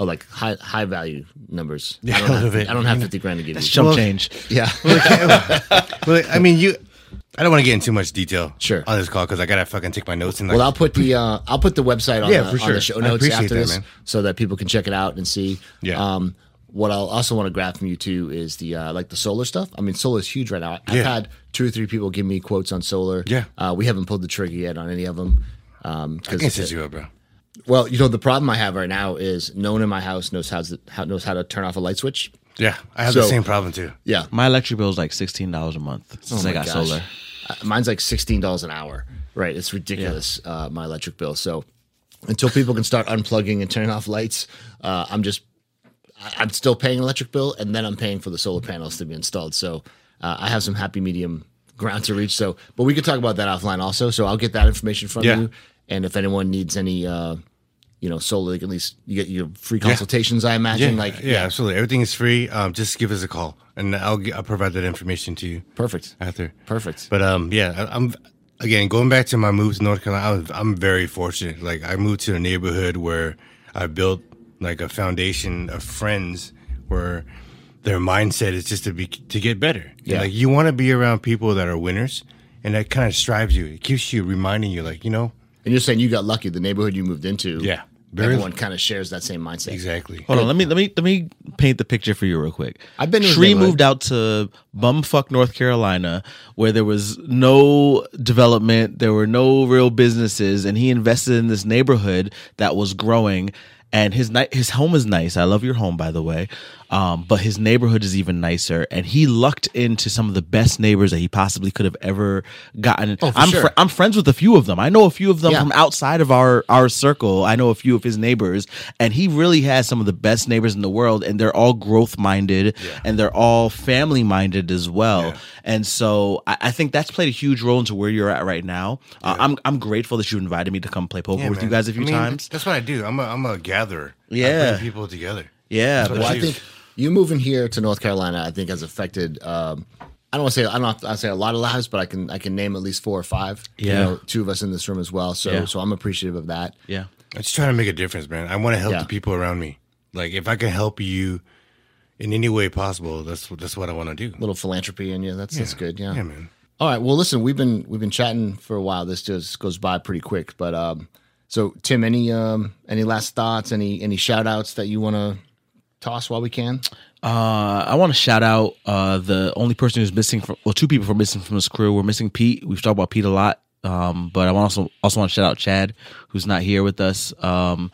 oh like high high value numbers I Yeah, a don't little have, bit. I don't have fifty grand to give you jump Well, change yeah well, I mean, you. I don't want to get into too much detail. Sure. On this call because I gotta fucking take my notes and like well I'll put the uh, I'll put the website on, Yeah, the, for on sure. the show I notes appreciate after that, this man. so that people can check it out and see Yeah. um what I'll also want to grab from you too is the uh, like the solar stuff I mean solar is huge right now I've Yeah. had two or three people give me quotes on solar Yeah. uh, we haven't pulled the trigger yet on any of them um I can set because you up, bro. Well, you know the problem I have right now is no one in my house knows how to, how knows how to turn off a light switch. Yeah, I have the So- same problem too. Yeah, My electric bill is like sixteen dollars a month since I my got gosh. solar. Uh, mine's like sixteen dollars an hour. Right, it's ridiculous. Uh, my electric bill. So until people can start unplugging and turning off lights, uh, I'm just I- I'm still paying electric bill, and then I'm paying for the solar panels to be installed. So uh, I have some happy medium ground to reach. So, but we could talk about that offline also. So I'll get that information from Yeah. you, and if anyone needs any. Uh, you know, solar. Like at least you get your free consultations. I Yeah, imagine, like yeah, absolutely. Everything is free. Um, just give us a call, and I'll g- I'll provide that information to you Perfect. after. Perfect. But um, yeah, I, I'm again going back to my move to North Carolina. I was, I'm very fortunate. Like I moved to a neighborhood where I built like a foundation of friends where their mindset is just to be to get better. Yeah. Like you want to be around people that are winners, and that kind of strives you. It keeps you reminding you, like you know, and you're saying you got lucky. The neighborhood you moved into, Yeah. Very- everyone kind of shares that same mindset. exactly. Hold on, let me let me let me paint the picture for you real quick. I've been to his Shree neighborhood. moved out to bumfuck North Carolina, where there was no development, there were no real businesses, and he invested in this neighborhood that was growing. and his ni- his home is nice. I love your home, by the way. Um, but his neighborhood is even nicer, and he lucked into some of the best neighbors that he possibly could have ever gotten. Oh, for I'm sure. I'm friends with a few of them. I know a few of them Yeah. from outside of our our circle. I know a few of his neighbors, and he really has some of the best neighbors in the world, and they're all growth minded and they're all family minded as well. And so I, I think that's played a huge role into where you're at right now. Uh, I'm I'm grateful that you invited me to come play poker Yeah, with you man. guys a I few mean, times. That's what I do. I'm a, I'm a gatherer. I Yeah. bring people together. Yeah, That's Well, what I think you moving here to North Carolina, I think, has affected. Um, I don't want to say I don't have to, I say a lot of lives, but I can I can name at least four or five. Yeah. you know, two of us in this room as well. So Yeah. so I'm appreciative of that. yeah, I'm just trying to make a difference, man. I want to help Yeah. the people around me. Like if I can help you in any way possible, that's what that's what I want to do. Little philanthropy in you. That's that's good. Yeah, man. All right. Well, listen, we've been we've been chatting for a while. This just goes by pretty quick. But um, so Tim, any um, any last thoughts? Any any shout outs that you want to toss while we can? Uh, I want to shout out uh, the only person who's missing from, well, two people were missing from this crew. We're missing Pete. We've talked about Pete a lot, um, but I want also also want to shout out Chad, who's not here with us. Um,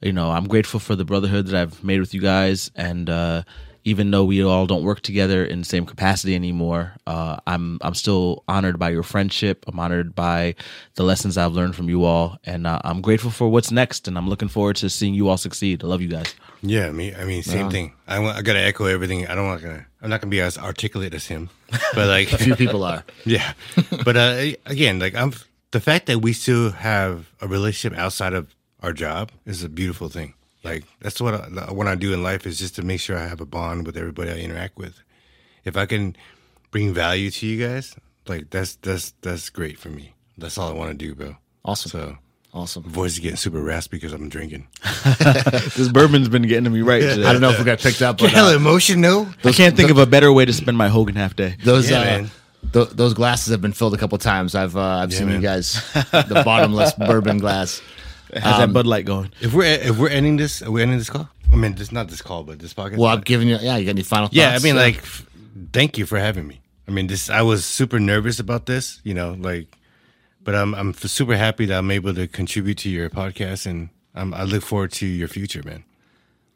you know, I'm grateful for the brotherhood that I've made with you guys, and uh, even though we all don't work together in the same capacity anymore, uh, I'm I'm still honored by your friendship. I'm honored by the lessons I've learned from you all, and uh, I'm grateful for what's next. And I'm looking forward to seeing you all succeed. I love you guys. Yeah, me. I mean, Uh-huh. same thing. I want. I gotta echo everything. I don't want to. I'm not gonna be as articulate as him, but like, Few people are. yeah. But uh, again, like I'm the fact that we still have a relationship outside of our job is a beautiful thing. Like that's what I, what I do in life is just to make sure I have a bond with everybody I interact with. If I can bring value to you guys, like that's that's that's great for me. That's all I want to do, bro. Awesome. So Awesome. voice is getting super raspy because I'm drinking. This bourbon's been getting to me right today. I don't know if we got picked up. But, Hell, uh, emotion, no. I can't think of a better way to spend my Hogan half day. those Yeah, uh, man. th- those glasses have been filled a couple times. I've uh, I've seen man. you guys the bottomless bourbon glass. How's that Bud Light going? If we're if we're ending this, are we ending this call? I mean, this not this call, but this podcast. Well, I'm giving you. Yeah, you got any final? yeah, thoughts? uh, I mean, like, f- thank you for having me. I mean, this I was super nervous about this, you know, like, but I'm I'm f- super happy that I'm able to contribute to your podcast, and I'm, I look forward to your future, man.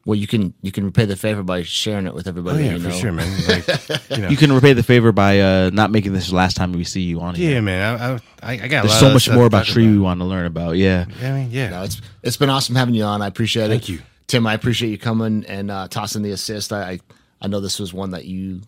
well, you can you can repay the favor by sharing it with everybody. Oh, yeah, you for know? sure, man. Like, you know, You can repay the favor by uh, not making this the last time we see you on here. yeah, man. I I, I I got a There's lot so of much stuff more to about talk Tree we want to learn about. Yeah. Yeah, I mean, yeah. No, it's it's been awesome having you on. I appreciate it. Thank you. Tim. I appreciate you coming and uh, tossing the assist. I, I I know this was one that you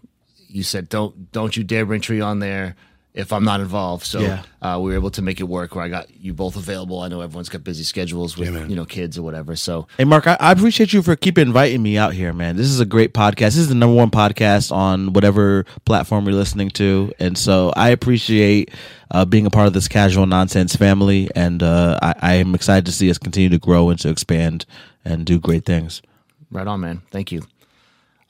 you said don't don't you dare bring Tree on there if I'm not involved. So Yeah. uh, we were able to make it work where I got you both available. I know everyone's got busy schedules with you know kids or whatever. So Hey, Mark, I, I appreciate you for keep inviting me out here, man. This is a great podcast. This is the number one podcast on whatever platform you're listening to, and so I appreciate uh, being a part of this casual nonsense family. And uh, I, I am excited to see us continue to grow and to expand and do great things. Right on, man. Thank you.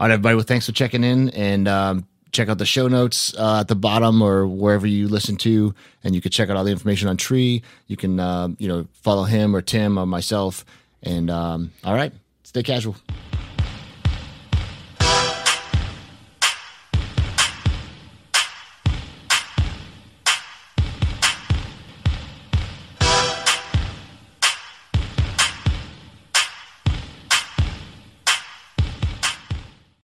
All right, everybody. Well, thanks for checking in and um, check out the show notes uh, at the bottom or wherever you listen to, and you can check out all the information on Tree. You can, um, you know, follow him or Tim or myself. And um, all right, stay casual.